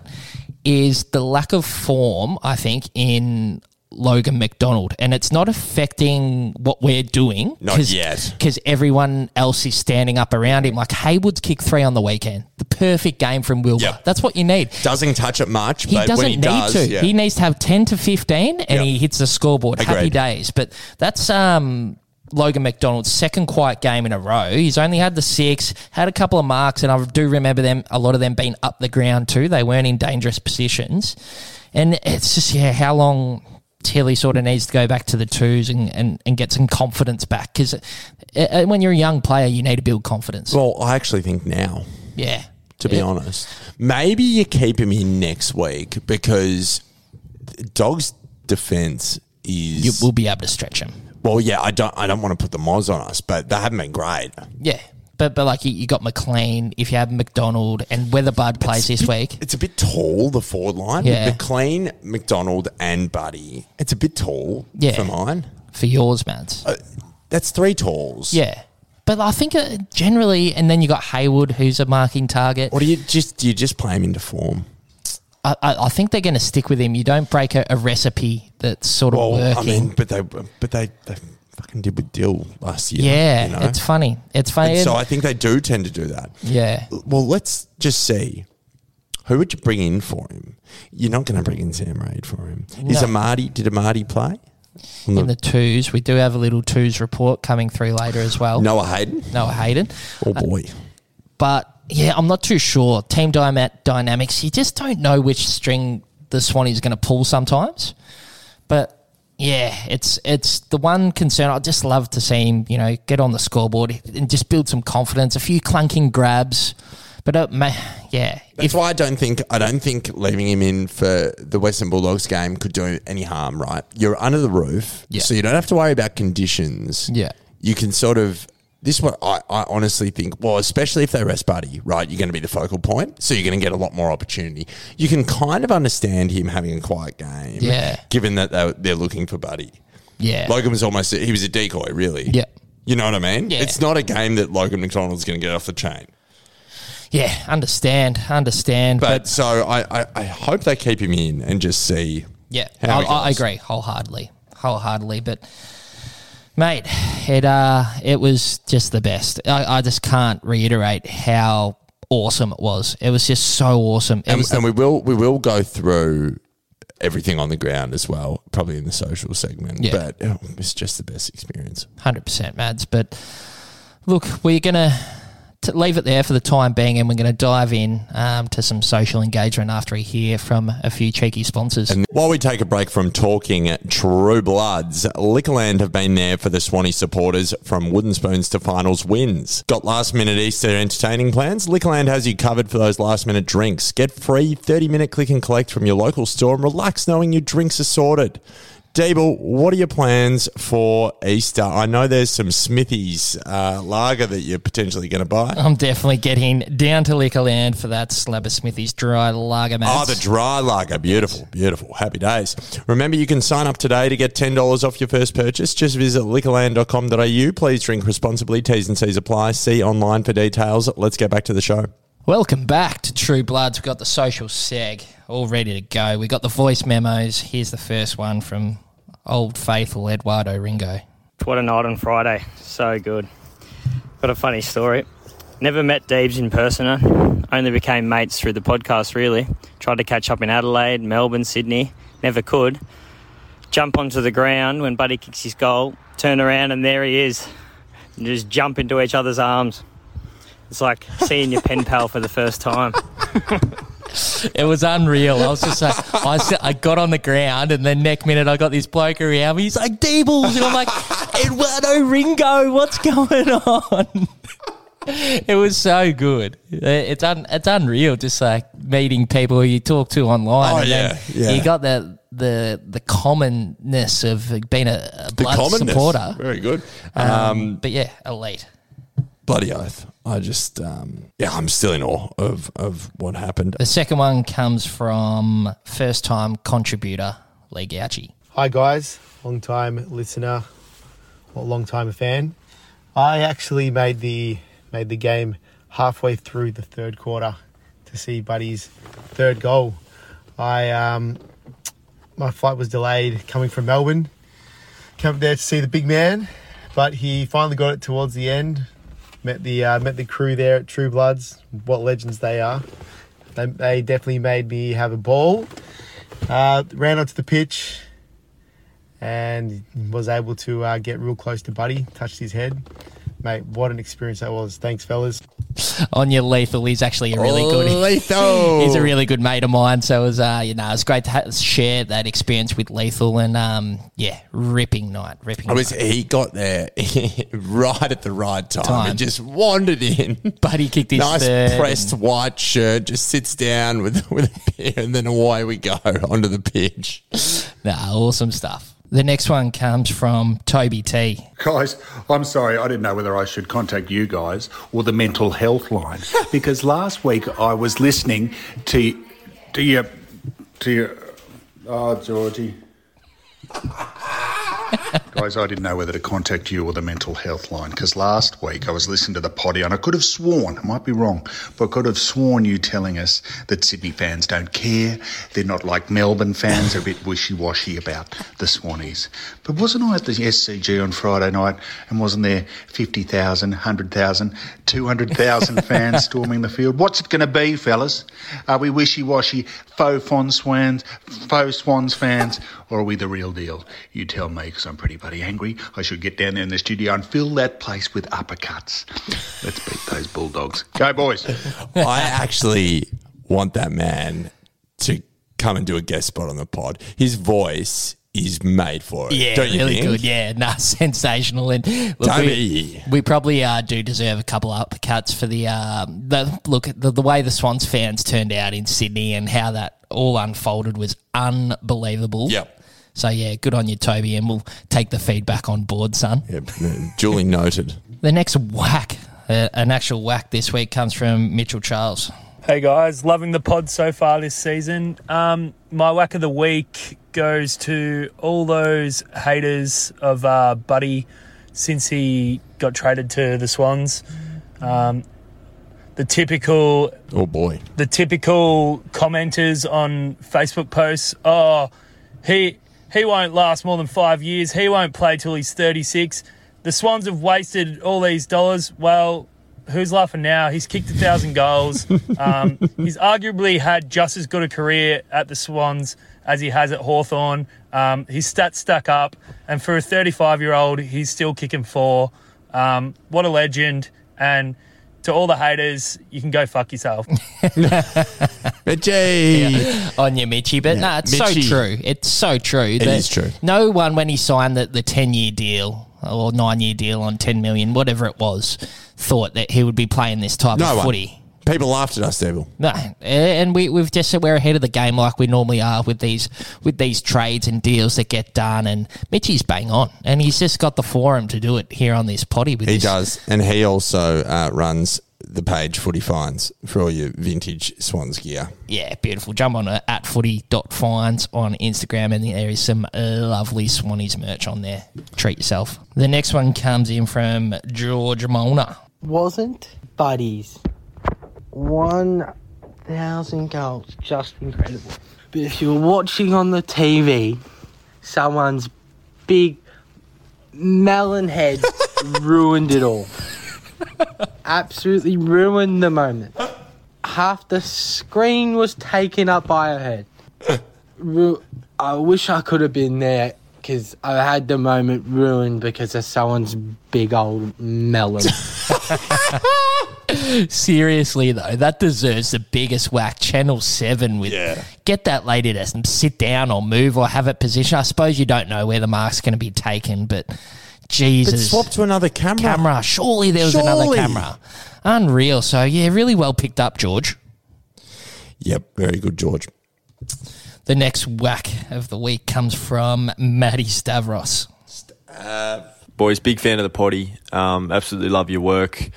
S2: is the lack of form. I think in Logan McDonald, and it's not affecting what we're doing.
S1: Not yet.
S2: because everyone else is standing up around him. Like Haywood's kick three on the weekend, the perfect game from Wilbur.
S1: Yep.
S2: That's what you need.
S1: Doesn't touch it much,
S2: He
S1: but
S2: doesn't
S1: when he
S2: need
S1: does,
S2: to.
S1: yeah.
S2: He needs to have ten to fifteen, and
S1: Yeah.
S2: he hits the scoreboard. Happy
S1: Agreed.
S2: days. But that's um, Logan McDonald's second quiet game in a row. He's only had the six, had a couple of marks, and I do remember them. A lot of them being up the ground too. They weren't in dangerous positions, and it's just yeah, how long. Till he sort of needs to go back to the twos and, and, and get some confidence back because when you're a young player, you need to build confidence.
S1: well, I actually think now.
S2: yeah,
S1: to be honest. Maybe you keep him in next week because Dog's defense
S2: you
S1: is
S2: will be able to stretch him.
S1: well, yeah. I don't, I don't want to put the mods on us, but they haven't been great.
S2: Yeah. But, but like you, you got McLean, if you have McDonald and Weatherbud plays this week.
S1: It's a bit tall the forward line. with
S2: Yeah.
S1: McLean, McDonald, and Buddy. It's a bit tall
S2: Yeah.
S1: for mine. Uh,
S2: for yours, Mads.
S1: That's three talls.
S2: yeah. But I think uh, generally, and then you got Haywood, who's a marking target.
S1: Or do you just do you just play him into form?
S2: I, I, I think they're going to stick with him. You don't break a, a recipe that's sort of
S1: Well, I
S2: working.
S1: mean, but they but they, they fucking did with Dill last year.
S2: yeah,
S1: you know?
S2: it's funny. It's funny.
S1: And so I think they do tend to do that.
S2: yeah.
S1: Well, let's just see. Who would you bring in for him? You're not going to bring in Sam Raid for him. Is
S2: No.
S1: Amadi? Did Amadi play?
S2: In the twos, we do have a little twos report coming through later as well.
S1: Noah Hayden.
S2: Noah Hayden.
S1: Oh boy,
S2: But yeah, I'm not too sure. Team dyma- dynamics, you just don't know which string the Swanee is going to pull sometimes. But yeah, it's it's the one concern. I just love to see him, you know, get on the scoreboard and just build some confidence. A few clunking grabs, but it may, yeah,
S1: that's
S2: if,
S1: why I don't think I don't think leaving him in for the Western Bulldogs game could do any harm. Right? You're under the roof,
S2: Yeah.
S1: so you don't have to worry about conditions.
S2: Yeah.
S1: you can sort of. This is what I, I honestly think. Well, especially if they rest Buddy, right? You're going to be the focal point, so you're going to get a lot more opportunity. You can kind of understand him having a quiet game,
S2: Yeah.
S1: Given that they, they're looking for Buddy,
S2: yeah,
S1: Logan was almost he was a decoy, really.
S2: Yeah.
S1: You know what I mean?
S2: Yeah.
S1: It's not a game that Logan McDonald's going to get off the chain.
S2: yeah. Understand, understand.
S1: But,
S2: But,
S1: so I, I, I hope they keep him in and just see.
S2: yeah,
S1: how
S2: I,
S1: he
S2: I
S1: goes.
S2: agree wholeheartedly, wholeheartedly. But mate, it uh, it was just the best. I, I just can't reiterate how awesome it was. It was just so awesome. It
S1: And,
S2: was the-
S1: and we will we will go through everything on the ground as well, probably in the social segment.
S2: Yeah.
S1: But oh, it's just the best experience.
S2: hundred percent Mads. But look, we're gonna t- leave it there for the time being, and we're gonna dive in um, to some social engagement after we hear from a few cheeky sponsors.
S1: And while we take a break from talking True Bloods, Liquorland have been there for the Swanee supporters from wooden spoons to finals wins. Got last minute Easter entertaining plans? Liquorland has you covered for those last minute drinks. Get free 30 minute click and collect from your local store and relax knowing your drinks are sorted. Deeble, what are your plans for Easter? I know there's some Smithies uh, lager that you're potentially going to buy.
S2: I'm definitely getting down to Liquorland for that Slab of Smithies dry lager,
S1: Oh,
S2: Mads.
S1: the dry lager. Beautiful, beautiful. Happy days. Remember, you can sign up today to get $10 off your first purchase. Just visit liquorland.com.au. Please drink responsibly. T's and C's apply. See online for details. Let's get back to the show.
S2: Welcome back to True Bloods. We've got the social seg all ready to go. We've got the voice memos. Here's the first one from old faithful Eduardo Ringo.
S6: What a night on Friday. So good. Got a funny story. Never met Deebs in person, only became mates through the podcast, really. Tried to catch up in Adelaide, Melbourne, Sydney. Never could. Jump onto the ground when Buddy kicks his goal, turn around, and there he is. And just jump into each other's arms. It's like seeing your pen pal for the first time.
S2: It was unreal. I was just like, I, s- I got on the ground, and the next minute I got this bloke around me. He's like, Deebles. And I'm like, Eduardo Ringo, what's going on? It was so good. It- It's un, it's unreal. Just like meeting people who you talk to online.
S1: Oh,
S2: and then
S1: yeah, yeah.
S2: You got the the the commonness of being a, a
S1: The
S2: blood
S1: commonness.
S2: supporter.
S1: Very good.
S2: Um, but yeah, elite.
S1: Bloody oath. I just, um, yeah, I'm still in awe of, of what happened.
S2: The second one comes from first time contributor Lee Gouchy.
S7: Hi guys, long time listener, or long time fan. I actually made the made the game halfway through the third quarter to see Buddy's third goal. I um, my flight was delayed coming from Melbourne. Came up there to see the big man, but he finally got it towards the end. Met the uh, met the crew there at True Bloods. What legends they are! They, they definitely made me have a ball. Uh, ran onto the pitch, and was able to uh, get real close to Buddy, touched his head. Mate, what an experience that was. Thanks, fellas.
S2: on your lethal. He's actually a really good.
S1: Oh, Lethal.
S2: he's a really good mate of mine. So it was, uh, you know, it's great to ha- share that experience with lethal and um, yeah, ripping night, ripping.
S1: I was,
S2: night.
S1: he got there right at the right time,
S2: Time.
S1: and just wandered in.
S2: Buddy kicked his
S1: nice
S2: third
S1: pressed white shirt, just sits down with with a beer, and then away we go onto the pitch.
S2: Nah, awesome stuff. The next one comes from Toby T.
S8: Guys, I'm sorry, I didn't know whether I should contact you guys or the mental health line because last week I was listening to to your to your oh Georgie. Guys, I didn't know whether to contact you or the mental health line because last week I was listening to the potty and I could have sworn, I might be wrong, but I could have sworn you telling us that Sydney fans don't care. They're not like Melbourne fans, they're a bit wishy washy about the Swannies. But wasn't I at the SCG on Friday night and wasn't there 50,000, 100,000, 200,000 fans storming the field? What's it going to be, fellas? Are we wishy washy faux fond swans, faux swans fans, or are we the real deal? You tell me, because I'm pretty bloody angry. I should get down there in the studio and fill that place with uppercuts. Let's beat those bulldogs. Go, boys.
S1: I actually want that man to come and do a guest spot on the pod. His voice is made for it.
S2: Yeah,
S1: don't you
S2: really
S1: think?
S2: good. Yeah, nah, sensational. And look,
S1: Toby.
S2: we, we probably uh, do deserve a couple of uppercuts for the um, the look at the, the way the Swans fans turned out in Sydney and how that all unfolded was unbelievable.
S1: Yep.
S2: So yeah, good on you, Toby, and we'll take the feedback on board, son.
S1: Yeah, duly noted.
S2: The next whack, uh, an actual whack this week, comes from Mitchell Charles.
S9: Hey guys, loving the pod so far this season. Um, my whack of the week goes to all those haters of uh, Buddy since he got traded to the Swans. Um, the typical,
S1: Oh boy,
S9: the typical commenters on Facebook posts. Oh, he he won't last more than five years. He won't play till he's thirty six. The Swans have wasted all these dollars. Well, who's laughing now? He's kicked a thousand goals. Um, he's arguably had just as good a career at the Swans as he has at Hawthorn. Um, his stats stack up, and for a 35 year old, he's still kicking four. Um, what a legend! And to all the haters, you can go fuck yourself.
S1: Mitchie.
S2: on you, Mitchy. But no, it's
S1: Mitchie.
S2: so true. It's so true. It
S1: is true.
S2: No one, when he signed the, the 10 year deal or nine year deal on 10 million, whatever it was, thought that he would be playing this type
S1: No
S2: of
S1: one.
S2: footy.
S1: People laughed at us, Devil.
S2: No, and we, we've just said we're ahead of the game like we normally are with these with these trades and deals that get done. And Mitchy's bang on, and he's just got the forum to do it here on this potty with
S1: He
S2: this
S1: does, and he also uh, runs the page Footy Finds for all your vintage Swans gear.
S2: yeah, beautiful. Jump on uh, at footy.finds on Instagram, and there is some lovely Swannies merch on there. Treat yourself. The next one comes in from George Molnar.
S10: wasn't Buddy's 1,000 goals just incredible? But if you're watching on the TV, someone's big melon head ruined it all. Absolutely ruined the moment. Half the screen was taken up by her head. Ru- I wish I could have been there because I had the moment ruined because of someone's big old melon.
S2: Seriously though, that deserves the biggest whack. Channel Seven with
S1: Yeah.
S2: get that lady to sit down or move or have it position. I suppose you don't know where the mark's going to be taken, but
S1: But
S2: Jesus,
S1: swap to another camera.
S2: camera. Surely there was another
S1: Surely.
S2: camera. Unreal. So yeah, really well picked up, George.
S1: Yep, very good, George.
S2: The next whack of the week comes from Matty Stavros.
S11: Uh, Boys, big fan of the potty. Um, absolutely love your work.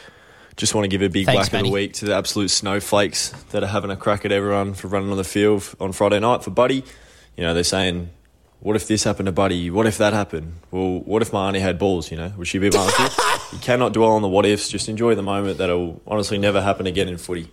S11: Just want to give a big
S2: Thanks,
S11: whack of
S2: Matty.
S11: the week to the absolute snowflakes that are having a crack at everyone for running on the field f- on Friday night for Buddy. You know, they're saying, what if this happened to Buddy? What if that happened? Well, what if my auntie had balls, you know? Would she be my auntie? you cannot dwell on the what ifs. Just enjoy the moment that'll honestly never happen again in footy.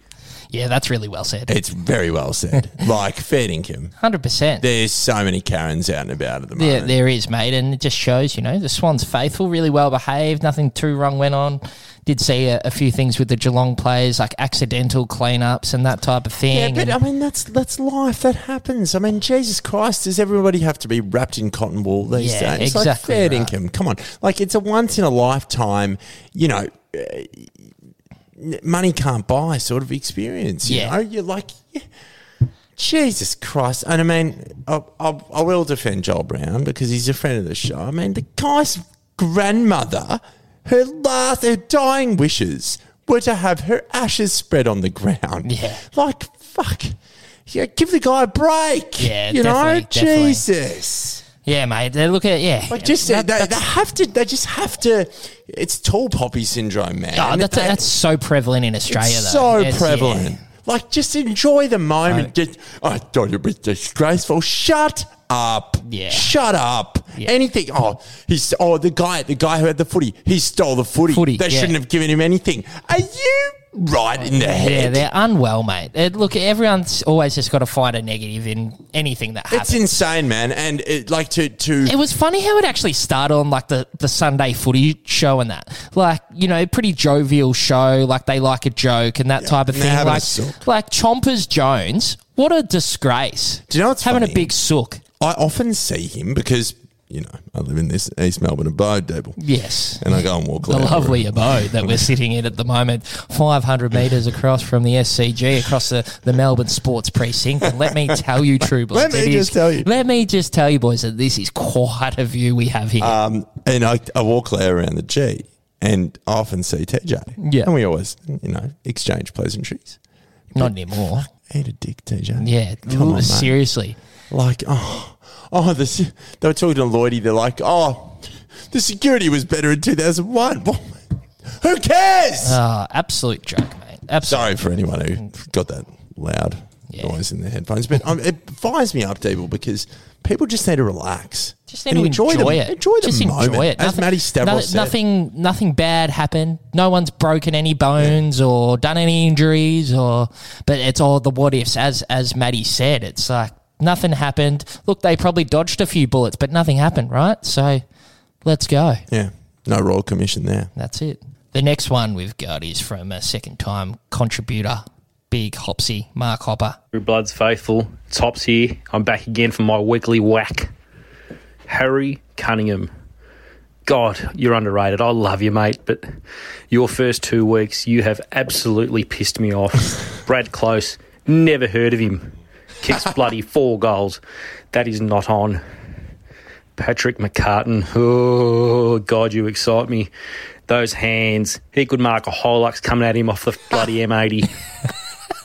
S2: Yeah, that's really well said.
S1: It's very well said. like, fair dinkum.
S2: Hundred percent.
S1: There's so many Karens out and about at the
S2: There,
S1: moment.
S2: there is, mate, and it just shows, you know, the Swans faithful, really well behaved, nothing too wrong went on. Did see a, a few things with the Geelong players, like accidental cleanups and that type of
S1: yeah,
S2: thing.
S1: but
S2: and-
S1: I mean that's that's life. That happens. I mean, Jesus Christ, does everybody have to be wrapped in cotton wool these
S2: Yeah,
S1: days? like
S2: exactly
S1: fair
S2: right.
S1: income. Come on, like it's a once in a lifetime. You know, uh, money can't buy sort of experience. You
S2: Yeah.
S1: know, you're like. yeah. Jesus Christ. And I mean, I, I, I will defend Joel Brown because he's a friend of the show. I mean, the guy's grandmother, her last, her dying wishes were to have her ashes spread on the ground.
S2: Yeah.
S1: Like, fuck. Yeah, give the guy a break.
S2: Yeah,
S1: You know,
S2: definitely, definitely.
S1: Jesus.
S2: yeah, mate, they look at, yeah.
S1: Like, just, they, they have to, they just have to, it's tall poppy syndrome, man.
S2: Oh, that's,
S1: They-
S2: that's so prevalent in Australia,
S1: it's
S2: though.
S1: so
S2: It's- yeah.
S1: prevalent. Like, just enjoy the moment. Just, "Oh, I thought it was disgraceful. Shut up.
S2: Yeah.
S1: Shut up. Anything. Oh, he's oh the guy the guy who had the footy. He stole the footy.
S2: Footy,
S1: they
S2: yeah. Oh,
S1: shouldn't have given him anything. Are you right in the
S2: Yeah,
S1: head?
S2: they're unwell, mate. Uh, look, everyone's always just got to find a negative in anything that happens.
S1: it's insane, man. And it, like to to
S2: it was funny how it actually started on like the, the Sunday footy show and that. Like, you know, pretty jovial show, like they like a joke and that type of
S1: and they're
S2: thing.
S1: having a
S2: Like,
S1: sook.
S2: like Chompers Jones, what a disgrace.
S1: Do you know what's
S2: Having
S1: funny?
S2: a big sook.
S1: I often see him because you know I live in this East Melbourne abode, Dable.
S2: Yes.
S1: And I go and walk.
S2: The
S1: around.
S2: lovely abode that we're sitting in at the moment, 500 metres across from the SCG, across the, the Melbourne Sports Precinct. And let me tell you, true boys.
S1: Let me
S2: it
S1: just tell you.
S2: Let me just tell you, boys, that this is quite a view we have here.
S1: Um, and I, I walk Claire around the G and I often see TJ.
S2: Yeah.
S1: And we always, you know, exchange pleasantries.
S2: Not anymore.
S1: Eat a dick, TJ.
S2: Yeah.
S1: Come on, mate.
S2: seriously.
S1: Like, oh, oh, this, they were talking to Lloydie. They're like, oh, the security was better in 2001. What- Who cares?
S2: Ah, absolute joke, mate. Absolute.
S1: Sorry for anyone who got that loud
S2: Yeah.
S1: noise in their headphones. But um, it fires me up, Dable, because people just need to relax.
S2: Just need
S1: and
S2: to enjoy,
S1: the-
S2: it.
S1: Enjoy the
S2: Just
S1: moment.
S2: enjoy it.
S1: As
S2: Nothing-
S1: Matty Stavros
S2: no-
S1: said.
S2: Nothing, nothing bad happened. No one's broken any bones or done any injuries or. But it's all the what ifs. As as Maddie said, it's like nothing happened. Look, they probably dodged a few bullets, but nothing happened, right? So, let's go.
S1: Yeah. No Royal Commission there.
S2: That's it. The next one we've got is from a second time contributor, Big Hopsy Mark Hopper.
S12: True Bloods faithful, Tops here. I'm back again for my weekly whack. Harry Cunningham. God, you're underrated. I love you, mate, but your first two weeks, you have absolutely pissed me off. Brad Close, never heard of him. Kicks bloody four goals. That is not on. Patrick McCartan. Oh, God, you excite me. Those hands. He could mark a Hilux coming at him off the bloody M80.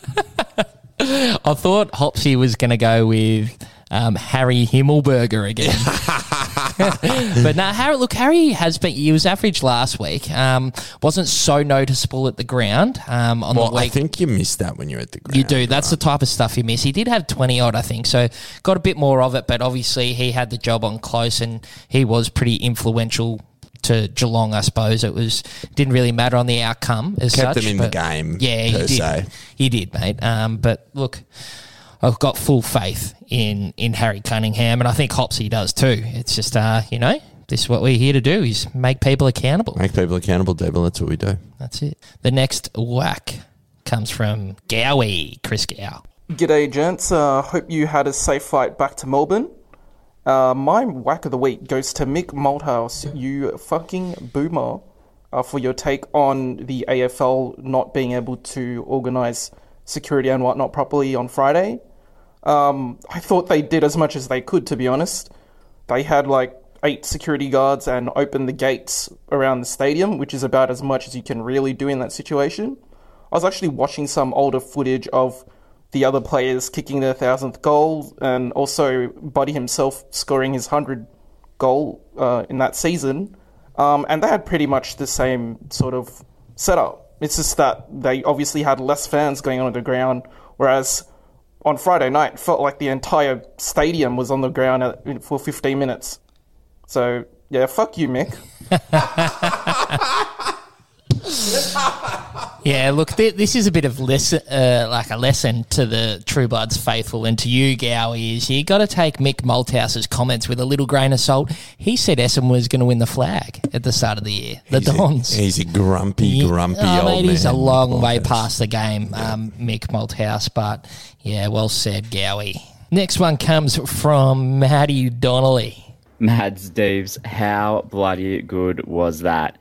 S2: I thought Hopsy was going to go with um, Harry Himmelberger again. but now, Harry, look, Harry has been, he was average last week. Um, wasn't so noticeable at the ground um, on
S1: Well,
S2: the
S1: I
S2: week.
S1: think you missed that when you're at the ground.
S2: You do. That's the type of stuff you miss. He did have 20 odd, I think. So got a bit more of it, but obviously he had the job on close and he was pretty influential to Geelong, I suppose. It was didn't really matter on the outcome as
S1: Kept
S2: such,
S1: them in the
S2: but-
S1: game,
S2: Yeah, he
S1: per
S2: did.
S1: se.
S2: He did, mate. Um, but look, I've got full faith in in Harry Cunningham and I think Hopsy does too. It's just uh, you know, this is what we're here to do is make people accountable.
S1: Make people accountable, Dable. That's what we do.
S2: That's it. The next whack comes from Gowie, Chris Gow.
S13: G'day, gents. Uh, hope you had a safe flight back to Melbourne. Uh, my whack of the week goes to Mick Malthouse, you fucking boomer. uh, for your take on the AFL not being able to organise security and whatnot properly on Friday. Um, I thought they did as much as they could, to be honest. They had like eight security guards and opened the gates around the stadium, which is about as much as you can really do in that situation. I was actually watching some older footage of the other players kicking their thousandth goal, and also Buddy himself scoring his hundred goal uh, in that season. Um, and they had pretty much the same sort of setup. It's just that they obviously had less fans going on the ground, whereas on Friday night it felt like the entire stadium was on the ground at, for 15 minutes. So yeah, fuck you, Mick.
S2: Yeah, look, th- this is a bit of lesson, uh, like a lesson to the True Bloods faithful and to you, Gowie, is you got to take Mick Malthouse's comments with a little grain of salt. He said Essendon was going to win the flag at the start of the year, the
S1: He's a-
S2: Dons.
S1: He's a grumpy, grumpy
S2: Oh,
S1: old
S2: mate,
S1: man.
S2: he's a long way past the game, um, Mick Malthouse. But yeah, well said, Gowie. Next one comes from Matty Donnelly.
S14: Mads Deves, how bloody good was that?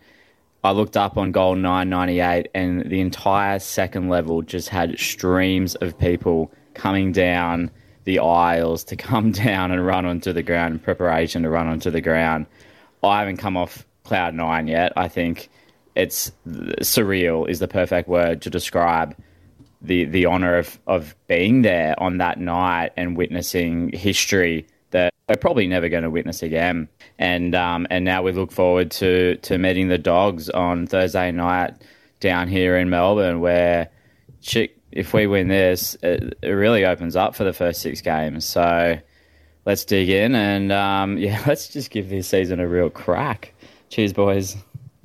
S14: I looked up on goal 998 and the entire second level just had streams of people coming down the aisles to come down and run onto the ground in preparation to run onto the ground. I haven't come off cloud nine yet. I think it's surreal is the perfect word to describe the the honor of of being there on that night and witnessing history that we're probably never going to witness again. And um, and now we look forward to to meeting the dogs on Thursday night down here in Melbourne, where chick, if we win this, it, it really opens up for the first six games. So let's dig in and um, yeah, let's just give this season a real crack. Cheers, boys.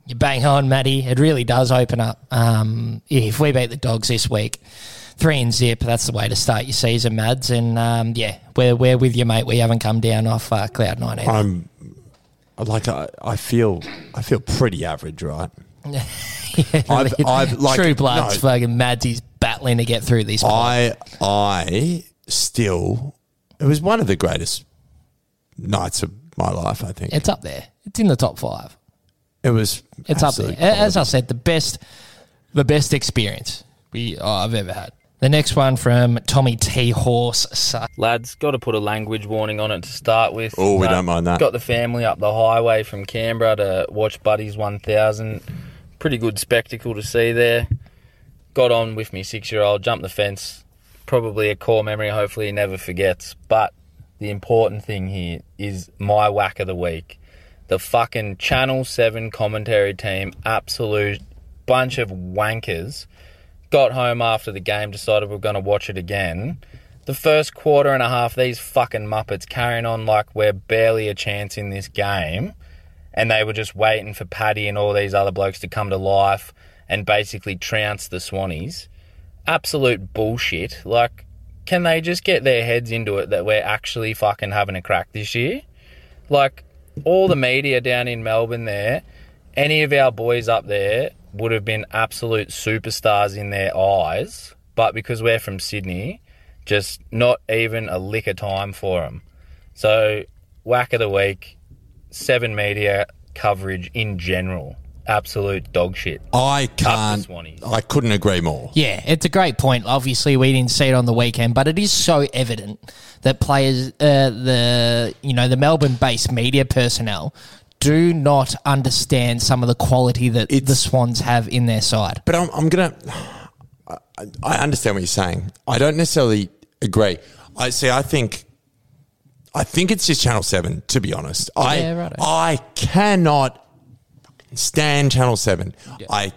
S2: You bang on, Matty. It really does open up. Um, yeah, if we beat the Dogs this week, three and zip, that's the way to start your season, Mads. And um, yeah, we're, we're with you, mate. We haven't come down off uh, cloud nine. either.
S1: I'm like uh, I, I feel I feel pretty average, right? I've- I've, like-
S2: True Bloods,
S1: no.
S2: fucking Mads is battling to get through this.
S1: I I still it was one of the greatest nights of my life, I think.
S2: It's up there. It's in the top five.
S1: It was
S2: It's up there.
S1: absolute
S2: A- As I said, the best, the best experience we I've ever had. The next one from Tommy T Horse. Su-
S15: Lads, got to put a language warning on it to start with.
S1: Oh, we don't mind that.
S15: Got the family up the highway from Canberra to watch Buddies 1000. Pretty good spectacle to see there. Got on with me six year old, jumped the fence. Probably a core memory, hopefully, he never forgets. But the important thing here is my whack of the week. The fucking Channel 7 commentary team, absolute bunch of wankers. Got home after the game, decided we were going to watch it again. The first quarter and a half, these fucking Muppets carrying on like we're barely a chance in this game. And they were just waiting for Paddy and all these other blokes to come to life and basically trounce the Swannies. Absolute bullshit. Like, can they just get their heads into it that we're actually fucking having a crack this year? Like, all the media down in Melbourne there, any of our boys up there would have been absolute superstars in their eyes, but because we're from Sydney, just not even a lick of time for them. So, whack of the week, seven media coverage in general, absolute dog shit.
S1: I can't I couldn't agree more.
S2: Yeah, it's a great point. Obviously, we didn't see it on the weekend, but it is so evident that players, uh, the you know, the Melbourne-based media personnel do not understand some of the quality that the Swans have in their side.
S1: But I'm, I'm gonna. I, I understand what you're saying. I don't necessarily agree. I see. I think. I think it's just Channel Seven. To be honest, I
S2: Yeah, righto.
S1: I cannot stand Channel Seven. I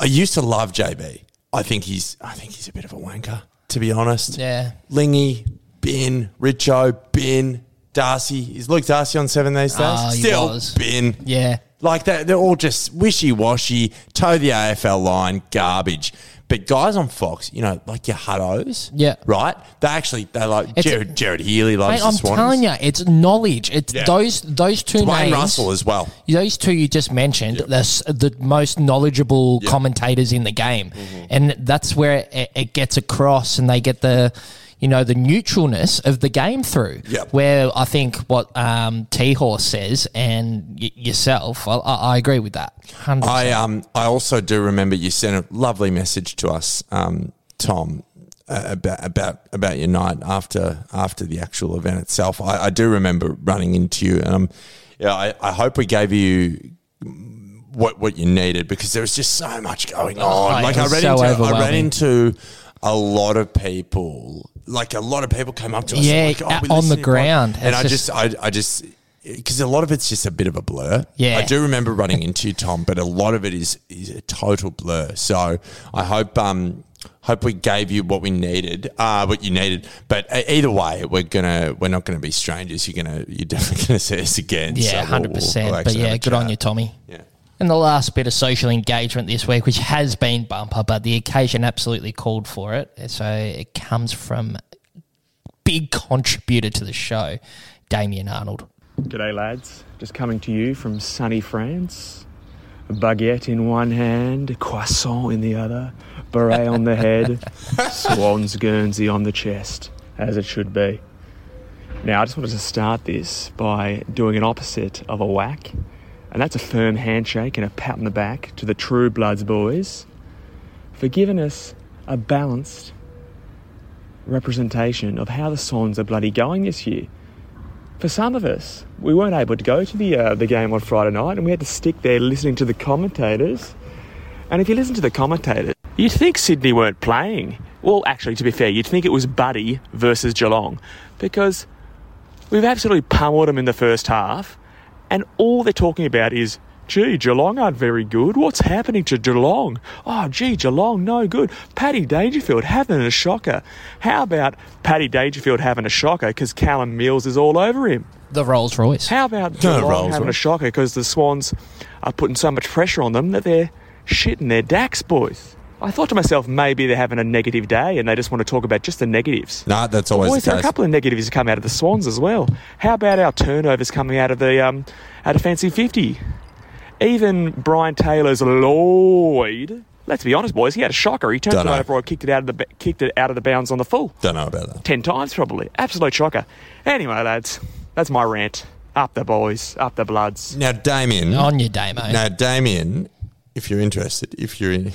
S1: I used to love JB. I think he's I think he's a bit of a wanker. To be honest,
S2: Yeah.
S1: Lingy, Bin, Richo, Bin, Darcy. Is Luke Darcy on Seven these days?
S2: Ah, he
S1: Still
S2: was.
S1: Bin.
S2: Yeah.
S1: Like they're, they're all just wishy washy, toe the AFL line, garbage. But guys on Fox, you know, like your Huttos,
S2: Yeah.
S1: right? They actually they like
S2: It's-
S1: Jared, Jared Healy loves
S2: Mate,
S1: the
S2: I'm
S1: Swans.
S2: telling you, it's knowledge. It's
S1: Yeah.
S2: those those two
S1: Dwayne
S2: names.
S1: Russell as well.
S2: Those two you just mentioned, the s the most knowledgeable
S1: Mm-hmm.
S2: commentators in the game, and that's where it, it gets across, and they get the, you you know, the neutralness of the game through.
S1: Yep.
S2: Where I think what um, T Horse says and y- yourself, I, I I agree with that. 100%.
S1: I um I also do remember you sent a lovely message to us, um, Tom, uh, about about about your night after after the actual event itself. I, I do remember running into you, and um, yeah, I, I hope we gave you what what you needed because there was just so much going
S2: Oh,
S1: on.
S2: it
S1: like I
S2: was
S1: ran
S2: so
S1: into I ran
S2: overwhelming.
S1: into a lot of people. Like a lot of people came up to us,
S2: Yeah,
S1: like, oh,
S2: a-
S1: we
S2: on the
S1: listen to your pod."
S2: ground.
S1: and
S2: It's
S1: I
S2: just-
S1: just, I, I just, because a lot of it's just a bit of a blur.
S2: Yeah.
S1: I do remember running into you, Tom, but a lot of it is is a total blur. So I hope um hope we gave you what we needed, uh, what you needed. But uh, either way, we're gonna we're not gonna be strangers. You're gonna you're definitely gonna see us again. So
S2: Yeah,
S1: we'll-
S2: hundred
S1: we'll-
S2: percent.
S1: we'll
S2: But
S1: actually have
S2: yeah,
S1: a
S2: good on you, Tommy.
S1: Yeah.
S2: And the last bit of social engagement this week, which has been bumper, but the occasion absolutely called for it. So it comes from big contributor to the show, Damien Arnold.
S16: G'day, lads. Just coming to you from sunny France. A baguette in one hand, a croissant in the other, beret on the head, swan's Guernsey on the chest, as it should be. Now, I just wanted to start this by doing an opposite of a whack, and that's a firm handshake and a pat on the back to the True Bloods boys for giving us a balanced representation of how the Swans are bloody going this year for some of us, we weren't able to go to the uh, the game on Friday night, and we had to stick there listening to the commentators. And if you listen to the commentators, you'd think Sydney weren't playing. Well, actually, to be fair, you'd think it was Buddy versus Geelong, because we've absolutely pummeled them in the first half, and all they're talking about is. Gee, Geelong aren't very good. What's happening to Geelong? Oh, gee, Geelong, no good. Paddy Dangerfield having a shocker. How about Paddy Dangerfield having a shocker because Callum Mills is all over him?
S2: The Rolls Royce.
S16: How about
S2: No,
S16: Geelong
S2: Rolls
S16: having a
S2: Royce.
S16: shocker because the Swans are putting so much pressure on them that they're shitting their Dax boys? I thought to myself, maybe they're having a negative day and they just want to talk about just the negatives.
S1: No, that's always
S16: Boys,
S1: the
S16: there are a
S1: case.
S16: couple of negatives that come out of the Swans as well. How about our turnovers coming out of the um, out of Fancy Fifty? Even Brian Taylor's Lloyd. Let's be honest, boys. He had a shocker. He turned
S1: Dunno.
S16: it over, kicked it out of the ba- kicked it out of the bounds on the full.
S1: Don't know about that.
S16: Ten times probably. Absolute shocker. Anyway, lads, that's my rant. Up the boys, up the bloods.
S1: Now, Damien.
S2: On your day, mate.
S1: Now, Damien, if you're interested, if you're in,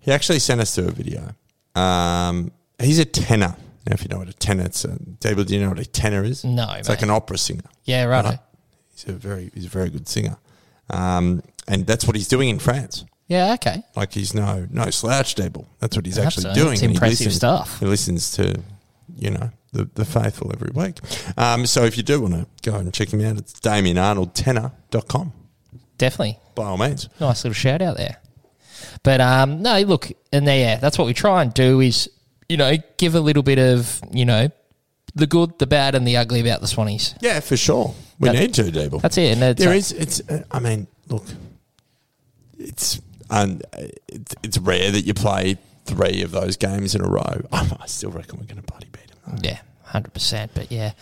S1: he actually sent us through a video. Um, he's a tenor. Now, if you know what a tenor is, uh, David, do you know what a tenor is?
S2: No,
S1: It's like
S2: mate.
S1: an opera singer.
S2: Yeah, righto.
S1: He's a very, he's a very good singer. Um, and that's what he's doing in France.
S2: Yeah, okay.
S1: Like he's no no slouch table. That's what he's
S2: That's-
S1: actually
S2: that's
S1: doing. and he
S2: impressive
S1: listens-
S2: stuff.
S1: He listens to, you know, the, the faithful every week. Um, so if you do want to go and check him out, it's DamienArnoldTenor.com.
S2: Definitely.
S1: By all means.
S2: Nice little shout out there. But um, no, look, and there, yeah, that's what we try and do is, you know, give a little bit of, you know, the good, the bad, and the ugly about the Swannies.
S1: Yeah, for sure. We
S2: That-
S1: need to, Dable.
S2: that's it, and it's
S1: there
S2: a-
S1: is. It's. Uh, I mean, look, it's and it's, it's rare that you play three of those games in a row. I still reckon we're going to bloody beat them.
S2: Yeah, hundred percent. But yeah,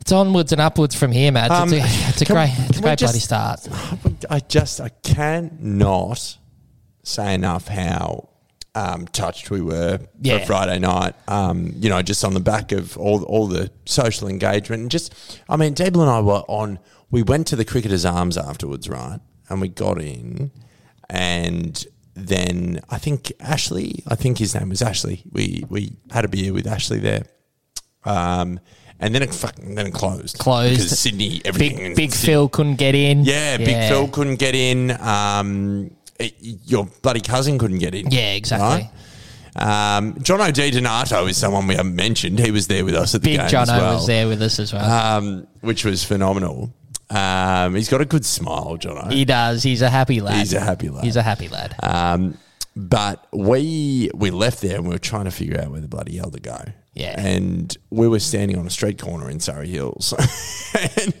S2: it's onwards and upwards from here, Mads.
S1: Um,
S2: it's a, it's a
S1: can-
S2: great, it's a
S1: can we
S2: great
S1: just-
S2: bloody start.
S1: I just I cannot say enough how um, touched we were
S2: Yeah.
S1: for Friday night. Um, you know, just on the back of all all the social engagement and just I mean, Dable and I were on. We went to the Cricketers Arms afterwards, right? And we got in, and then I think Ashley, I think his name was Ashley. We we had a beer with Ashley there. Um, and then it fucking then it closed.
S2: Closed.
S1: because Sydney. Everything in
S2: Big, big
S1: Sydney-
S2: Phil couldn't get in.
S1: yeah, Big Phil couldn't get in. Um, it- your bloody cousin couldn't get in.
S2: Yeah, exactly.
S1: right? Um, John O'D Donato is someone we haven't mentioned. He was there with us at the
S2: Big
S1: game
S2: John
S1: as well,
S2: was there with us as well.
S1: um, which was phenomenal. Um, he's got a good smile, John.
S2: he does. He's a happy lad.
S1: Uh, He's a happy lad.
S2: He's a happy lad.
S1: Um, but we we left there and we were trying to figure out where the bloody hell to go.
S2: Yeah.
S1: And we were standing on a street corner in Surrey Hills, and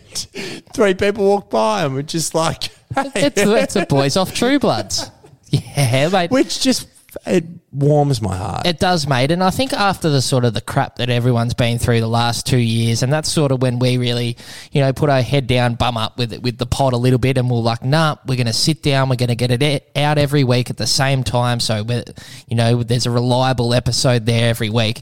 S1: three people walked by and we're just like, hey.
S2: It's, it's a boys off True Bloods. Yeah, mate.
S1: Which just it warms my heart.
S2: It does, mate. And I think after the sort of the crap that everyone's been through the last two years, and that's sort of when we really, you know, put our head down, bum up with it, with the pod a little bit, and we're like, nah, we're going to sit down, we're going to get it e- out every week at the same time. So, we're- you know, there's a reliable episode there every week.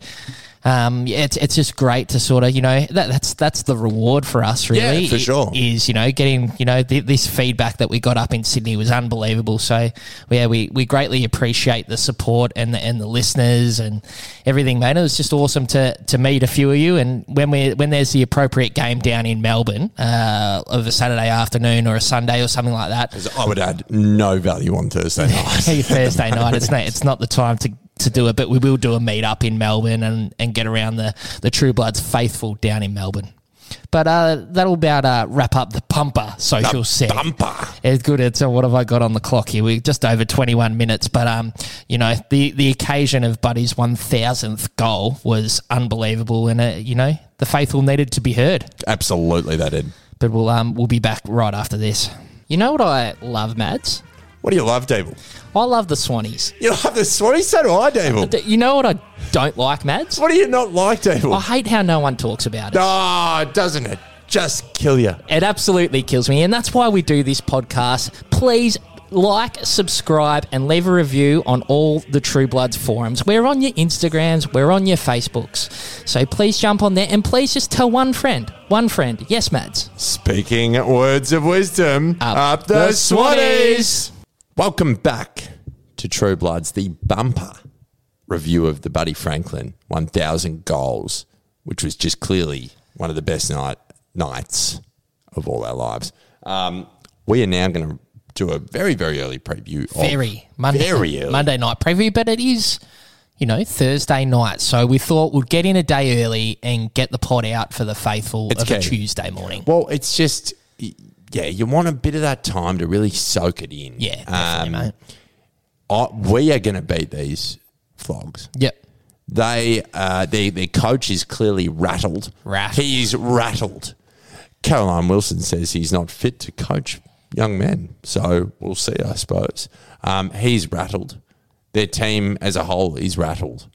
S2: um, yeah, it's it's just great to sort of you know that, that's that's the reward for us really.
S1: Yeah, for
S2: i-
S1: sure.
S2: Is you know getting you know th- this feedback that we got up in Sydney was unbelievable. So yeah, we, we greatly appreciate the support and the and the listeners and everything, mate. It was just awesome to to meet a few of you. And when we when there's the appropriate game down in Melbourne uh, of a Saturday afternoon or a Sunday or something like that,
S1: I would add no value on Thursday night.
S2: Hey, Thursday night. It's not, it's not the time to, to do it, but we will do a meet up in Melbourne and, and get around the, the True Bloods faithful down in Melbourne. But uh, that'll about uh, wrap up the bumper social set. Bumper. It's good. It's uh, what have I got on the clock here? We're just over twenty one minutes, but um, you know the the occasion of Buddy's one thousandth goal was unbelievable, and uh, you know the faithful needed to be heard.
S1: Absolutely, they did.
S2: But we'll um we'll be back right after this. You know what I love, Mads?
S1: What do you love, Dable?
S2: I love the Swannies.
S1: You love the Swannies? So do I, Dable.
S2: You know what I don't like, Mads?
S1: What do you not like, Dable?
S2: I hate how no one talks about it.
S1: Ah, doesn't it just kill you?
S2: It absolutely kills me. And that's why we do this podcast. Please like, subscribe, and leave a review on all the True Bloods forums. We're on your Instagrams, we're on your Facebooks. So please jump on there and please just tell one friend. One friend. Yes, Mads.
S1: Speaking words of wisdom, up, the,
S2: the
S1: Swannies.
S2: Swannies.
S1: Welcome back to True Bloods, the bumper review of the Buddy Franklin 1,000 goals, which was just clearly one of the best night nights of all our lives. Um, we are now going to do a very, very early preview. of-
S2: Very Monday,
S1: Oh, Very early.
S2: Monday night preview, but it is, you know, Thursday night. So we thought we'd get in a day early and get the pod out for the faithful
S1: It's
S2: of a
S1: okay.
S2: Tuesday morning.
S1: Well, it's just, y- yeah, you want a bit of that time to really soak it in.
S2: Yeah,
S1: um, I, we are going to beat these flogs.
S2: Yep.
S1: They, uh, they, their coach is clearly rattled.
S2: Rattled.
S1: He is rattled. Caroline Wilson says he's not fit to coach young men. So we'll see, I suppose. Um, he's rattled. Their team as a whole is rattled.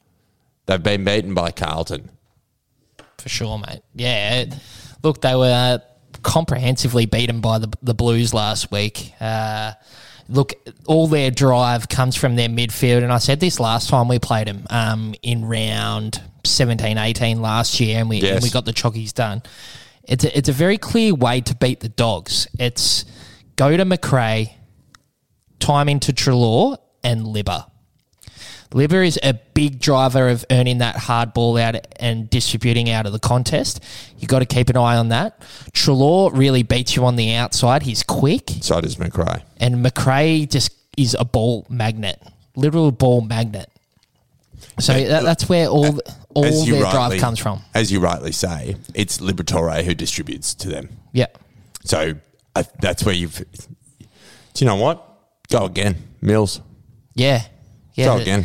S1: They've been beaten by Carlton.
S2: For sure, mate. Yeah. it- Look, they were comprehensively beaten by the, the Blues last week. Uh, look, all their drive comes from their midfield. And I said this last time we played them um, in round 17, 18 last year, and we, and
S1: Yes.
S2: we got the chockies done. It's a, it's a very clear way to beat the dogs. It's go to McRae, time into Trelaw, and Libba. Libba is a big driver of earning that hard ball out and distributing out of the contest. you got to keep an eye on that. Trelaw really beats you on the outside. He's quick.
S1: So does McRae.
S2: And McRae just is a ball magnet, literal ball magnet. So that, that's where all all
S1: As you
S2: their
S1: rightly-
S2: drive comes from.
S1: As you rightly say, it's Liberatore who distributes to them.
S2: Yeah.
S1: So I, that's where you've. Do you know what? Go again, Mills.
S2: Yeah. Yeah.
S1: Go
S2: the-
S1: again.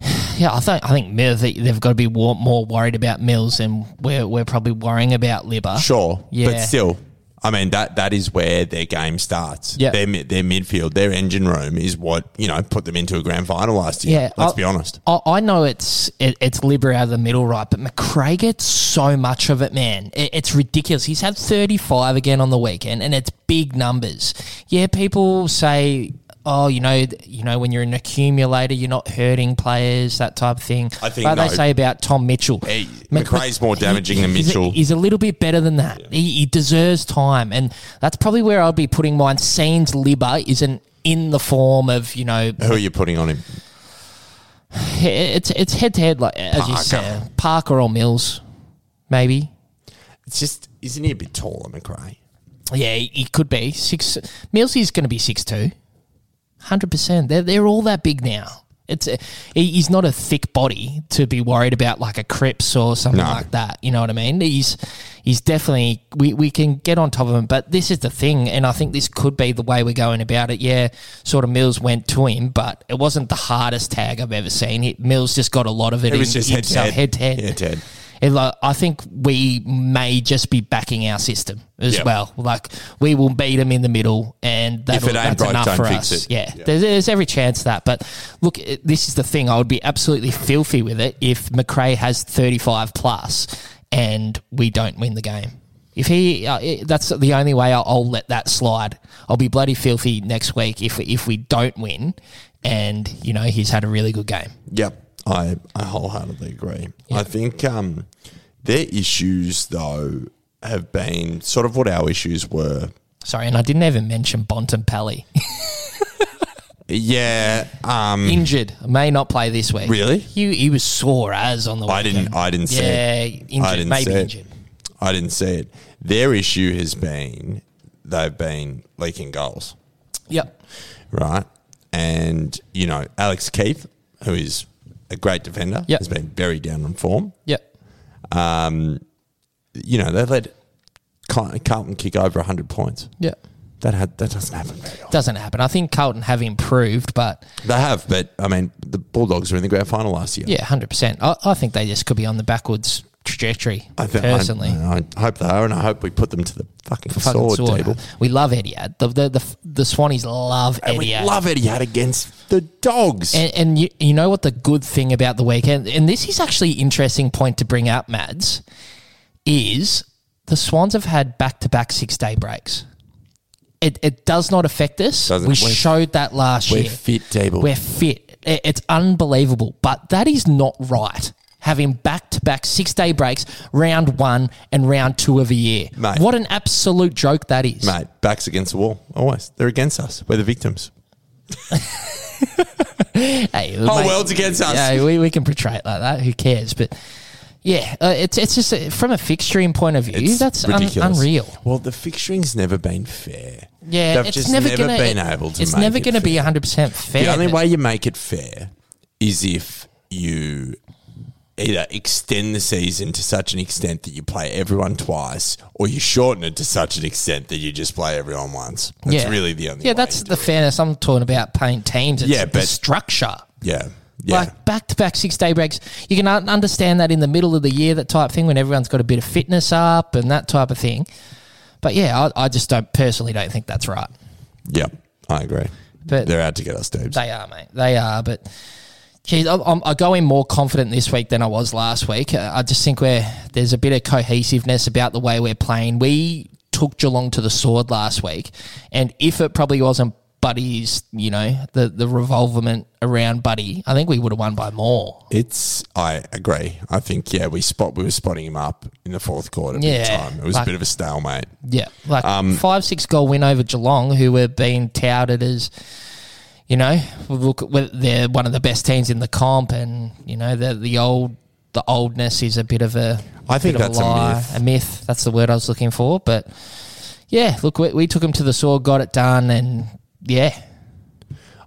S2: Yeah, I think I think Mill- they- they've got to be war, more worried about Mills than we're we're probably worrying about Libba.
S1: Sure,
S2: Yeah.
S1: but still, I mean that that is where their game starts.
S2: Yeah.
S1: their mi- their midfield, their engine room is what you know put them into a grand final last year.
S2: Yeah, Oh.
S1: let's
S2: I-
S1: be honest.
S2: I, I know it's it, it's Libra out of the middle, right? But McRae gets so much of it, man. It, it's ridiculous. He's had 35 again on the weekend, and it's big numbers. Yeah, people say, oh, you know, th- you know, when you're an accumulator, you're not hurting players, that type of thing.
S1: I think
S2: But
S1: no.
S2: they say about Tom Mitchell.
S1: Hey,
S2: Mc-
S1: McRae's more damaging than
S2: he's a-
S1: Mitchell.
S2: He's a, little bit better than that. He, he deserves time, and that's probably where I'll be putting mine. Scenes Libba isn't in the form of you know
S1: Who are you putting on him?
S2: he- it's it's head to head, like as you
S1: Parker.
S2: said, Parker or Mills, maybe.
S1: It's just isn't he a bit taller, McRae?
S2: Yeah, he, he could be six. Mills is going to be six two. Hundred percent. They're they're all that big now. It's a, he- he's not a thick body to be worried about like a Crips or something
S1: No.
S2: like that. You know what I mean? He's he's definitely we, we can get on top of him. But this is the thing, and I think this could be the way we're going about it. Yeah, sort of Mills went to him, but it wasn't the hardest tag I've ever seen. He, Mills just got a lot of it.
S1: It was
S2: in
S1: just head to
S2: himself,
S1: head.
S2: head to head.
S1: Head to head.
S2: It, like, I think we may just be backing our system as
S1: Yeah.
S2: well. Like we will beat them in the middle, and that'll-
S1: it ain't
S2: that's
S1: broke,
S2: enough
S1: don't
S2: for
S1: fix
S2: us.
S1: it.
S2: Yeah,
S1: Yeah.
S2: There's, there's every chance of that. But look, it- this is the thing. I would be absolutely filthy with it if McRae has 35 plus and we don't win the game. If he, uh, it- that's the only way I'll, I'll let that slide. I'll be bloody filthy next week if if we don't win, and you know he's had a really good game.
S1: Yep. I, I wholeheartedly agree. I think um, their issues, though, have been sort of what our issues were.
S2: Sorry, and I didn't even mention Bontempelli.
S1: Yeah. Um,
S2: injured. May not play this week.
S1: Really?
S2: He, he was sore as on the
S1: I
S2: weekend.
S1: didn't. I didn't see. it.
S2: Yeah, injured.
S1: I didn't
S2: maybe
S1: see it.
S2: injured.
S1: I didn't see it. Their issue has been they've been leaking goals,
S2: Yep.
S1: right? And you know, Alex Keith, who is a great defender,
S2: Yep.
S1: has been very down on form.
S2: Yep.
S1: Um, you know, they let Car- Carlton kick over hundred points.
S2: Yep.
S1: That had that doesn't happen.
S2: Doesn't happen. I think Carlton have improved, but
S1: They have, but I mean, the Bulldogs were in the grand final last year.
S2: yeah, hundred percent. I, I think they just could be on the backwards trajectory.
S1: I think
S2: personally,
S1: I, I hope they are, and I hope we put them to the fucking,
S2: Fucking
S1: sword,
S2: sword.
S1: table.
S2: We love Etihad. The the the, the Swannies love
S1: And we
S2: Etihad.
S1: love Etihad against the Dogs.
S2: And, and you, you know what the good thing about the weekend, and this is actually interesting point to bring up, Mads, is the Swans have had back to back six day breaks. It, it does not affect us.
S1: Doesn't-
S2: we
S1: we're-
S2: showed that last
S1: we're
S2: year.
S1: fit, Dable.
S2: We're fit. I- It's unbelievable, but that is not right. Having back to back six day breaks, round one and round two of a year.
S1: Mate.
S2: What an absolute joke that is.
S1: Mate, backs against the wall. Always. They're against us. We're the victims.
S2: hey,
S1: Whole world's against us.
S2: Yeah, we, we can portray it like that. Who cares? But yeah, uh, it's it's just uh, from a fixturing point of view, that's un-
S1: Ridiculous.
S2: unreal.
S1: Well, the fixturing's never been fair.
S2: Yeah,
S1: They've
S2: it's
S1: just
S2: never,
S1: never
S2: gonna,
S1: been
S2: it-
S1: able to
S2: It's
S1: make
S2: never
S1: it
S2: going to be hundred percent fair.
S1: The only way you make it fair is if you either extend the season to such an extent that you play everyone twice or you shorten it to such an extent that you just play everyone once. That's
S2: yeah.
S1: really the only
S2: Yeah, that's the fairness I'm talking about. Paying teams, it's
S1: Yeah,
S2: the
S1: but-
S2: structure.
S1: Yeah. Yeah.
S2: Like back to back six day breaks. You can un- understand that in the middle of the year, that type thing, when everyone's got a bit of fitness up and that type of thing. But yeah, I, I just don't personally don't think that's right.
S1: yeah. I agree.
S2: But-
S1: They're out to get us, Debs.
S2: They are, mate. They are. But geez, I, I'm, I go in more confident this week than I was last week. Uh, I just think we're, there's a bit of cohesiveness about the way we're playing. We took Geelong to the sword last week, and if it probably wasn't Buddy's, you know, the the revolvement around Buddy, I think we would have won by more.
S1: It's. I agree. I think yeah. We spot. We were spotting him up in the fourth quarter. Big
S2: Yeah,
S1: time. It was
S2: like-
S1: a bit of a stalemate.
S2: Yeah, like
S1: Um,
S2: five six goal win over Geelong, who were being touted as, you know, look well, they're one of the best teams in the comp, and you know the the old the oldness is a bit of a
S1: I think
S2: bit of
S1: that's a
S2: lie,
S1: myth.
S2: A myth. That's the word I was looking for. But yeah, look, we, we took him to the sword, got it done, and yeah,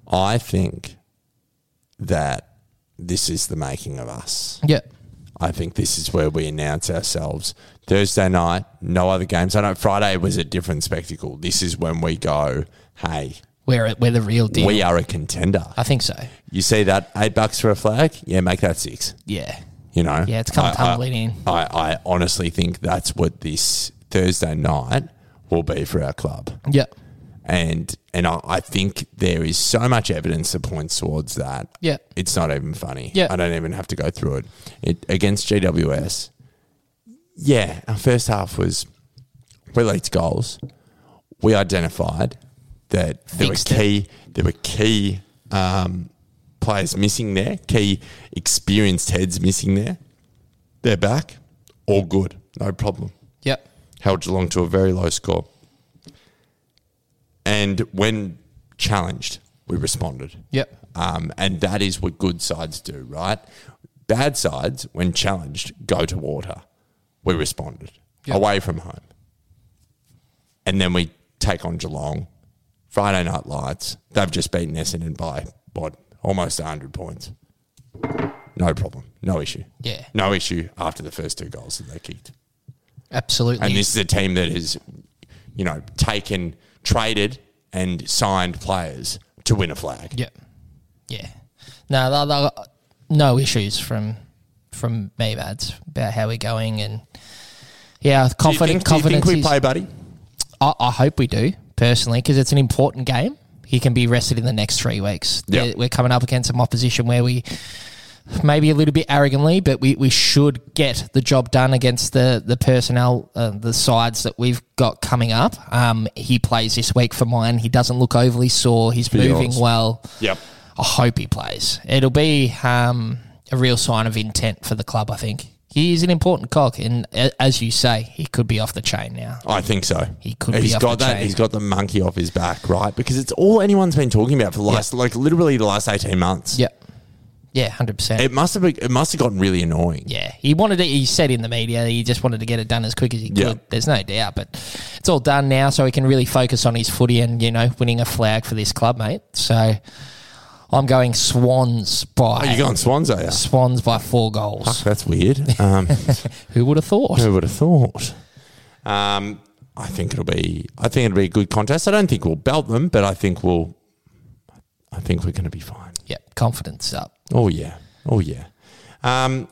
S1: I think that this is the making of us.
S2: Yeah.
S1: I think this is where we announce ourselves. Thursday night, no other games. I know Friday was a different spectacle. This is when we go. Hey,
S2: we're we're the real deal.
S1: we are a contender.
S2: I think so.
S1: You see that eight bucks for a flag? Yeah, make that six.
S2: Yeah.
S1: You know?
S2: Yeah, it's come
S1: I- I-
S2: tumbling in.
S1: I, I honestly think that's what this Thursday night will be for our club.
S2: Yeah.
S1: And and I, I think there is so much evidence that points towards that.
S2: Yeah.
S1: It's not even funny.
S2: Yeah.
S1: I don't even have to go through it. It against GWS. Yeah, our first half was we leaked goals. We identified that there
S2: Fixed
S1: were
S2: it.
S1: key there were key um, players missing there, key experienced heads missing there. They're back. All good. No problem.
S2: Yep.
S1: Held Geelong to a very low score. And when challenged, we responded.
S2: Yep.
S1: Um, and that is what good sides do, right? Bad sides, when challenged, go to water. We responded
S2: Yep.
S1: away from home. And then we take on Geelong. Friday Night Lights. They've just beaten Essendon by, what, almost 100 points. No problem. No issue.
S2: Yeah.
S1: No issue after the first two goals that they kicked.
S2: absolutely.
S1: And this is a team that has, you know, taken, traded, and signed players to win a flag.
S2: Yep. Yeah. No, tho- tho- no issues from from me, Mads, about how we're going and yeah,
S1: think-
S2: confident.
S1: do you
S2: confidence.
S1: think we
S2: is-
S1: play, buddy?
S2: I, I hope we do personally because it's an important game. He can be rested in the next three weeks.
S1: Yeah.
S2: We're- We're coming up against some opposition where we maybe a little bit arrogantly, but we, we should get the job done against the the personnel, uh, the sides that we've got coming up. Um, he plays this week for mine. He doesn't look overly sore. He's
S1: For
S2: moving
S1: yours.
S2: well.
S1: Yep.
S2: I hope he plays. It'll be um, a real sign of intent for the club. I think he is an important cog, and a- as you say, he could be off the chain now.
S1: I think so.
S2: He could
S1: He's
S2: be off
S1: got
S2: the
S1: that.
S2: chain.
S1: He's got the monkey off his back, right? Because it's all anyone's been talking about for the last, like, literally the last eighteen months.
S2: Yep. Yeah, hundred percent.
S1: It must have. Been, it must have gotten really annoying.
S2: Yeah, he wanted it. He said in the media he just wanted to get it done as quick as he could.
S1: Yeah.
S2: There's no doubt, but it's all done now, so he can really focus on his footy and you know winning a flag for this club, mate. So I'm going Swans by.
S1: Oh, you're going Swans, are you?
S2: Swans by four goals.
S1: Fuck, that's weird. Um,
S2: who would have thought?
S1: Who would have thought? Um, I think it'll be. I think it'll be a good contest. I don't think we'll belt them, but I think we'll. I think we're going to be fine.
S2: Yep, confidence up.
S1: Oh yeah. Oh yeah. Um,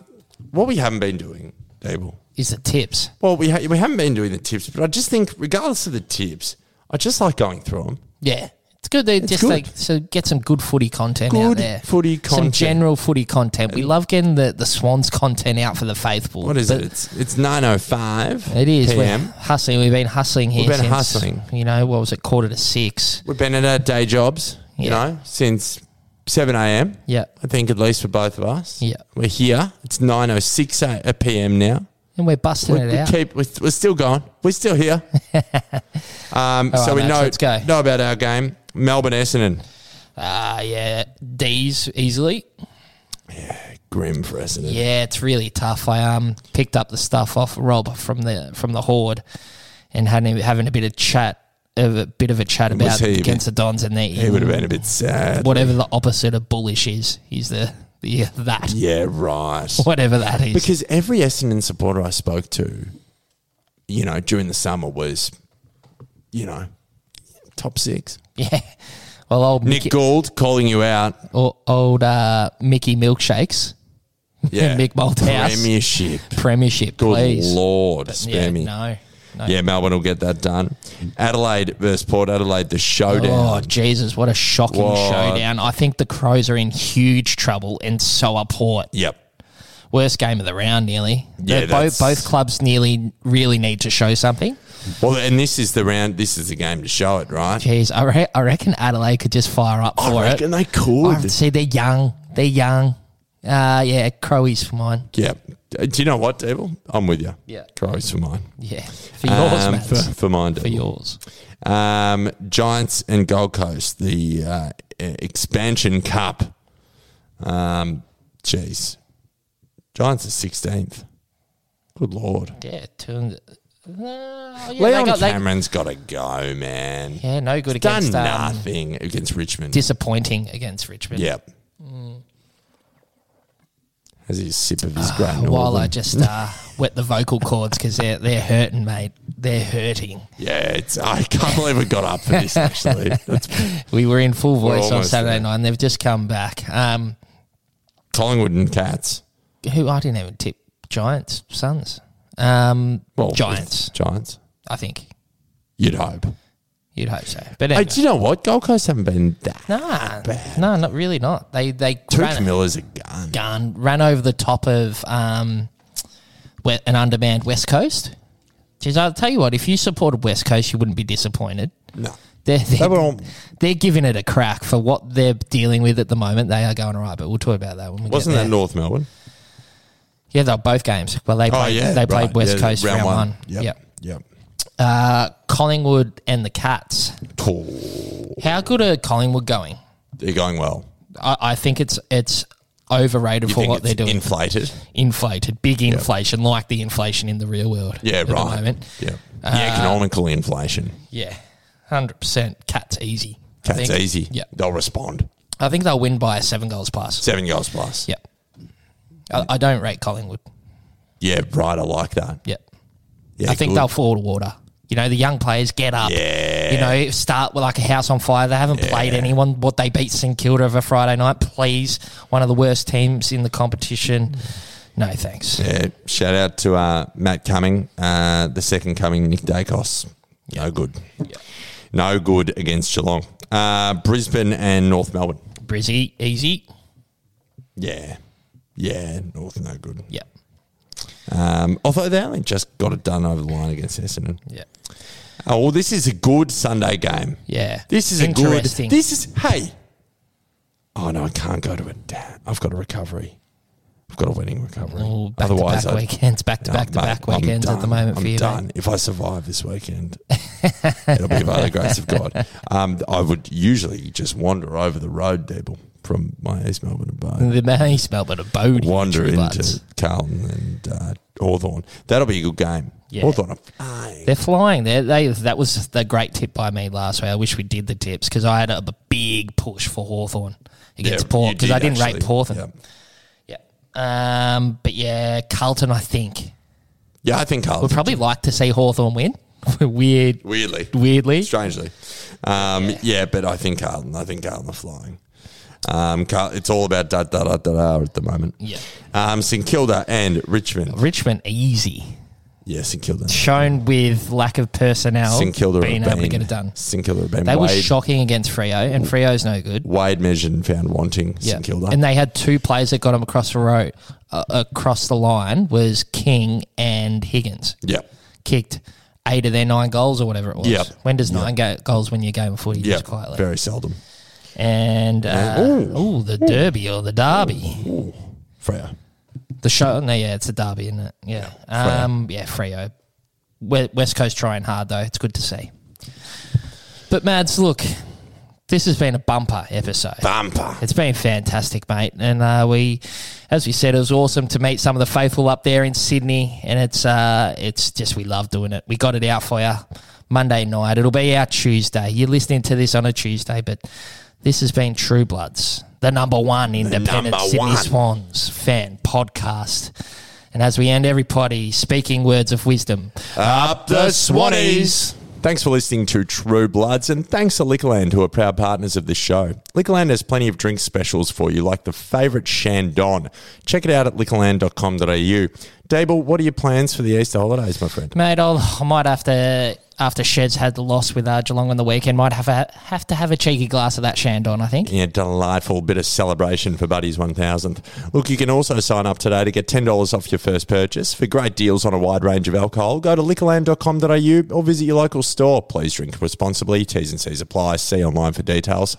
S1: what we haven't been doing, Abel,
S2: is the tips.
S1: Well, we ha- we haven't been doing the tips, but I just think, regardless of the tips, I just like going through them.
S2: Yeah. It's good. They
S1: It's
S2: just
S1: good.
S2: like so get some good footy content out
S1: Good
S2: there.
S1: footy
S2: Some
S1: content.
S2: general footy content. We love getting the, the Swans content out for the faithful.
S1: What is
S2: But
S1: it? It's it's nine oh five.
S2: It is. We're
S1: PM.
S2: hustling. We've been hustling here.
S1: We've been
S2: since,
S1: hustling.
S2: You know, what was it? Quarter to six.
S1: We've been at our day jobs, you know, since seven a.m.
S2: Yeah.
S1: I think at least for both of us.
S2: Yeah.
S1: we're here. It's nine oh six p.m. now.
S2: And we're busting
S1: We,
S2: it
S1: we
S2: out.
S1: keep we're, we're still going. We're still here. um,
S2: All
S1: so
S2: right,
S1: we
S2: mates,
S1: know
S2: let's go.
S1: know about our game, Melbourne Essendon.
S2: Ah, yeah. D's easily.
S1: Grim for Essendon.
S2: Yeah, it's really tough. I um picked up the stuff off Rob from the from the horde, and had him having a bit of chat, of a bit of a chat
S1: Was
S2: about
S1: he a bit-
S2: against the Dons, and they
S1: he would have been a bit sad.
S2: Whatever the opposite of bullish is, he's the the that.
S1: Yeah, right.
S2: Whatever that is.
S1: Because every Essendon supporter I spoke to, you know, during the summer was, you know, top six.
S2: Yeah. Well, old
S1: Nick
S2: Mickey-
S1: Gould calling you out.
S2: or old uh, Mickey milkshakes.
S1: Yeah.
S2: Mick Malthouse.
S1: Premiership.
S2: Premiership,
S1: Good
S2: please.
S1: Lord.
S2: But,
S1: spare
S2: yeah,
S1: me.
S2: no, no.
S1: Yeah, Melbourne will get that done. Adelaide versus Port Adelaide, the showdown.
S2: Oh Jesus! What a shocking
S1: What?
S2: showdown! I think the Crows are in huge trouble, and so are Port.
S1: Yep.
S2: Worst game of the round, nearly.
S1: Yeah,
S2: They're
S1: that's-
S2: both both clubs nearly really need to show something.
S1: Well, and this is the round. This is the game to show it, right?
S2: Jeez, I, re- I reckon Adelaide could just fire up for it. I reckon
S1: they could.
S2: see, they're young. They're young. Uh, yeah, Crowies for mine.
S1: Yeah. Uh, Do you know what, Devil? I'm with you.
S2: Yeah.
S1: Crows for mine. Um,
S2: Yeah. For yours, Mads.
S1: For, for mine, For
S2: yours.
S1: Um, Giants and Gold Coast, the uh, e- expansion cup. Um, Jeez. Giants are 16th. Good Lord.
S2: Yeah, two. Uh, yeah, they
S1: Leon
S2: got- they-
S1: Cameron's got to go, man.
S2: Yeah, no good
S1: He's
S2: against, um,
S1: Done nothing against Richmond.
S2: disappointing against Richmond.
S1: Yep. Mm. Has his sip of his great
S2: Ah, While I
S1: Northern.
S2: just uh, wet the vocal cords because they're they're hurting, mate. They're hurting.
S1: Yeah, it's, I can't believe we got up for this, actually. That's
S2: we were in full
S1: We're
S2: voice on
S1: almost
S2: Saturday
S1: there.
S2: night, and they've just come back. Um,
S1: Collingwood and Cats.
S2: Who I didn't even tip Giants, Suns. Um, Giants,
S1: Giants.
S2: I think.
S1: You'd hope.
S2: You'd hope so.
S1: But
S2: But anyway.
S1: do you know what? Gold Coast haven't been that.
S2: Nah, no, not really. Not they. They
S1: Tuke
S2: ran,
S1: Miller's a gun.
S2: gun ran over the top of um, we- an undermanned West Coast. Jeez, I'll tell you what. If you supported West Coast, you wouldn't be disappointed.
S1: No,
S2: they're they're, they're giving it a crack for what they're dealing with at the moment. They are going all right, but we'll talk about that when we
S1: Wasn't
S2: get
S1: that
S2: there.
S1: North Melbourne?
S2: Yeah, they're both games. Well, they
S1: Oh,
S2: played,
S1: yeah,
S2: they played
S1: right.
S2: West
S1: Yeah,
S2: Coast round,
S1: round one.
S2: one.
S1: Yep,
S2: Yep.
S1: yep.
S2: Uh, Collingwood and the Cats. How good are Collingwood going?
S1: They're going well.
S2: I, I think it's it's overrated
S1: You
S2: for
S1: think
S2: what they're
S1: it's
S2: doing.
S1: inflated?
S2: inflated, big
S1: Yep.
S2: inflation, like the inflation in the real world.
S1: Yeah,
S2: at
S1: right.
S2: The moment.
S1: Yeah.
S2: Uh,
S1: the economical inflation.
S2: Yeah, hundred percent. Cats easy. I
S1: Cats
S2: think.
S1: easy.
S2: Yeah,
S1: They'll respond.
S2: I think they'll win by seven goals plus.
S1: Seven goals plus.
S2: Yep. I, I don't rate Collingwood.
S1: Yeah, right. I like that.
S2: Yep.
S1: Yeah,
S2: I think
S1: good.
S2: they'll fall to water. You know, the young players get up.
S1: Yeah.
S2: You know, start with like a house on fire. They haven't played anyone. What they beat St Kilda over Friday night, please. One of the worst teams in the competition. No thanks.
S1: Yeah. Shout out to uh, Matt Cumming, uh, the second coming, Nick Dacos. No good. No good against Geelong. Uh, Brisbane and North Melbourne.
S2: Brizzy, easy.
S1: Yeah. Yeah. North, no good.
S2: Yeah.
S1: Um, although they only just got it done over the line against Essendon.
S2: Yeah.
S1: Oh, well, this is a good Sunday game.
S2: Yeah.
S1: This is a good.
S2: Interesting.
S1: This is, hey. Oh, no, I can't go to it. Damn, I've got a recovery. I've got a wedding recovery.
S2: Oh, back to back weekends, back to back to back
S1: I'm
S2: weekends at the moment for
S1: I'm
S2: you, mate.
S1: done. If I survive this weekend, it'll be by the grace of God. Um, I would usually just wander over the road, Debel, from my East Melbourne abode.
S2: The man East Melbourne abode.
S1: Wander
S2: True
S1: into
S2: Bloods.
S1: Carlton and uh, Hawthorn. That'll be a good game.
S2: Yeah.
S1: Hawthorn are
S2: They're flying. They they that was the great tip by me last week. I wish we did the tips because I had a big push for Hawthorn against
S1: Yeah,
S2: Port
S1: you
S2: because I
S1: did
S2: didn't rate
S1: actually.
S2: Hawthorn. Yeah. Um, but yeah, Carlton. I think.
S1: Yeah, I think Carlton
S2: We'd probably like to see Hawthorn win. Weird.
S1: Weirdly.
S2: Weirdly.
S1: Strangely. Um, yeah. but I think Carlton. I think Carlton are flying. Um, Car- it's all about da da da da da at the moment.
S2: Yeah.
S1: Um, St Kilda and Richmond.
S2: Richmond easy.
S1: Yeah, St Kilda.
S2: Shown with lack of personnel,
S1: St Kilda have
S2: being able to
S1: been-
S2: get it done.
S1: St Kilda have been
S2: They were
S1: Wade-
S2: shocking against Frio, and Frio's no good.
S1: Wade measured and found wanting.
S2: Yeah.
S1: St Kilda.
S2: And they had two players that got them across the road, uh, across the line was King and Higgins.
S1: Yeah.
S2: Kicked eight of their nine goals or whatever it was.
S1: Yep.
S2: When does
S1: Yep.
S2: nine go- goals win your game of footy?
S1: yeah,
S2: Just quietly.
S1: very seldom.
S2: And uh, ooh. the derby or the derby.
S1: Freo.
S2: The show. No, yeah, it's a derby, isn't it? Yeah.
S1: Freo.
S2: um, yeah, Freo. We- West Coast trying hard though. It's good to see. But Mads, look, this has been a bumper episode.
S1: Bumper.
S2: It's been fantastic, mate. And uh, we, as we said, it was awesome to meet some of the faithful up there in Sydney. And it's uh, it's just we love doing it. We got it out for you Monday night. It'll be out Tuesday. You're listening to this on a Tuesday, but this has been True Bloods, the number one independent
S1: number
S2: Sydney
S1: one.
S2: Swans fan podcast. And as we end every potty, speaking words of wisdom.
S1: Up the Swannies. Thanks for listening to True Bloods, and thanks to Liquorland, who are proud partners of this show. Liquorland has plenty of drink specials for you, like the favourite Shandon. Check it out at liquorland.com.au. Dable, what are your plans for the Easter holidays, my friend?
S2: Mate, I'll, I might have to after Sheds had the loss with uh, Geelong on the weekend. Might have a, have to have a cheeky glass of that Shandon. I think.
S1: Yeah, delightful bit of celebration for Buddy's 1000th. Look, you can also sign up today to get $10 off your first purchase. For great deals on a wide range of alcohol, go to liquorland.com.au or visit your local store. Please drink responsibly. T's and C's apply. See online for details.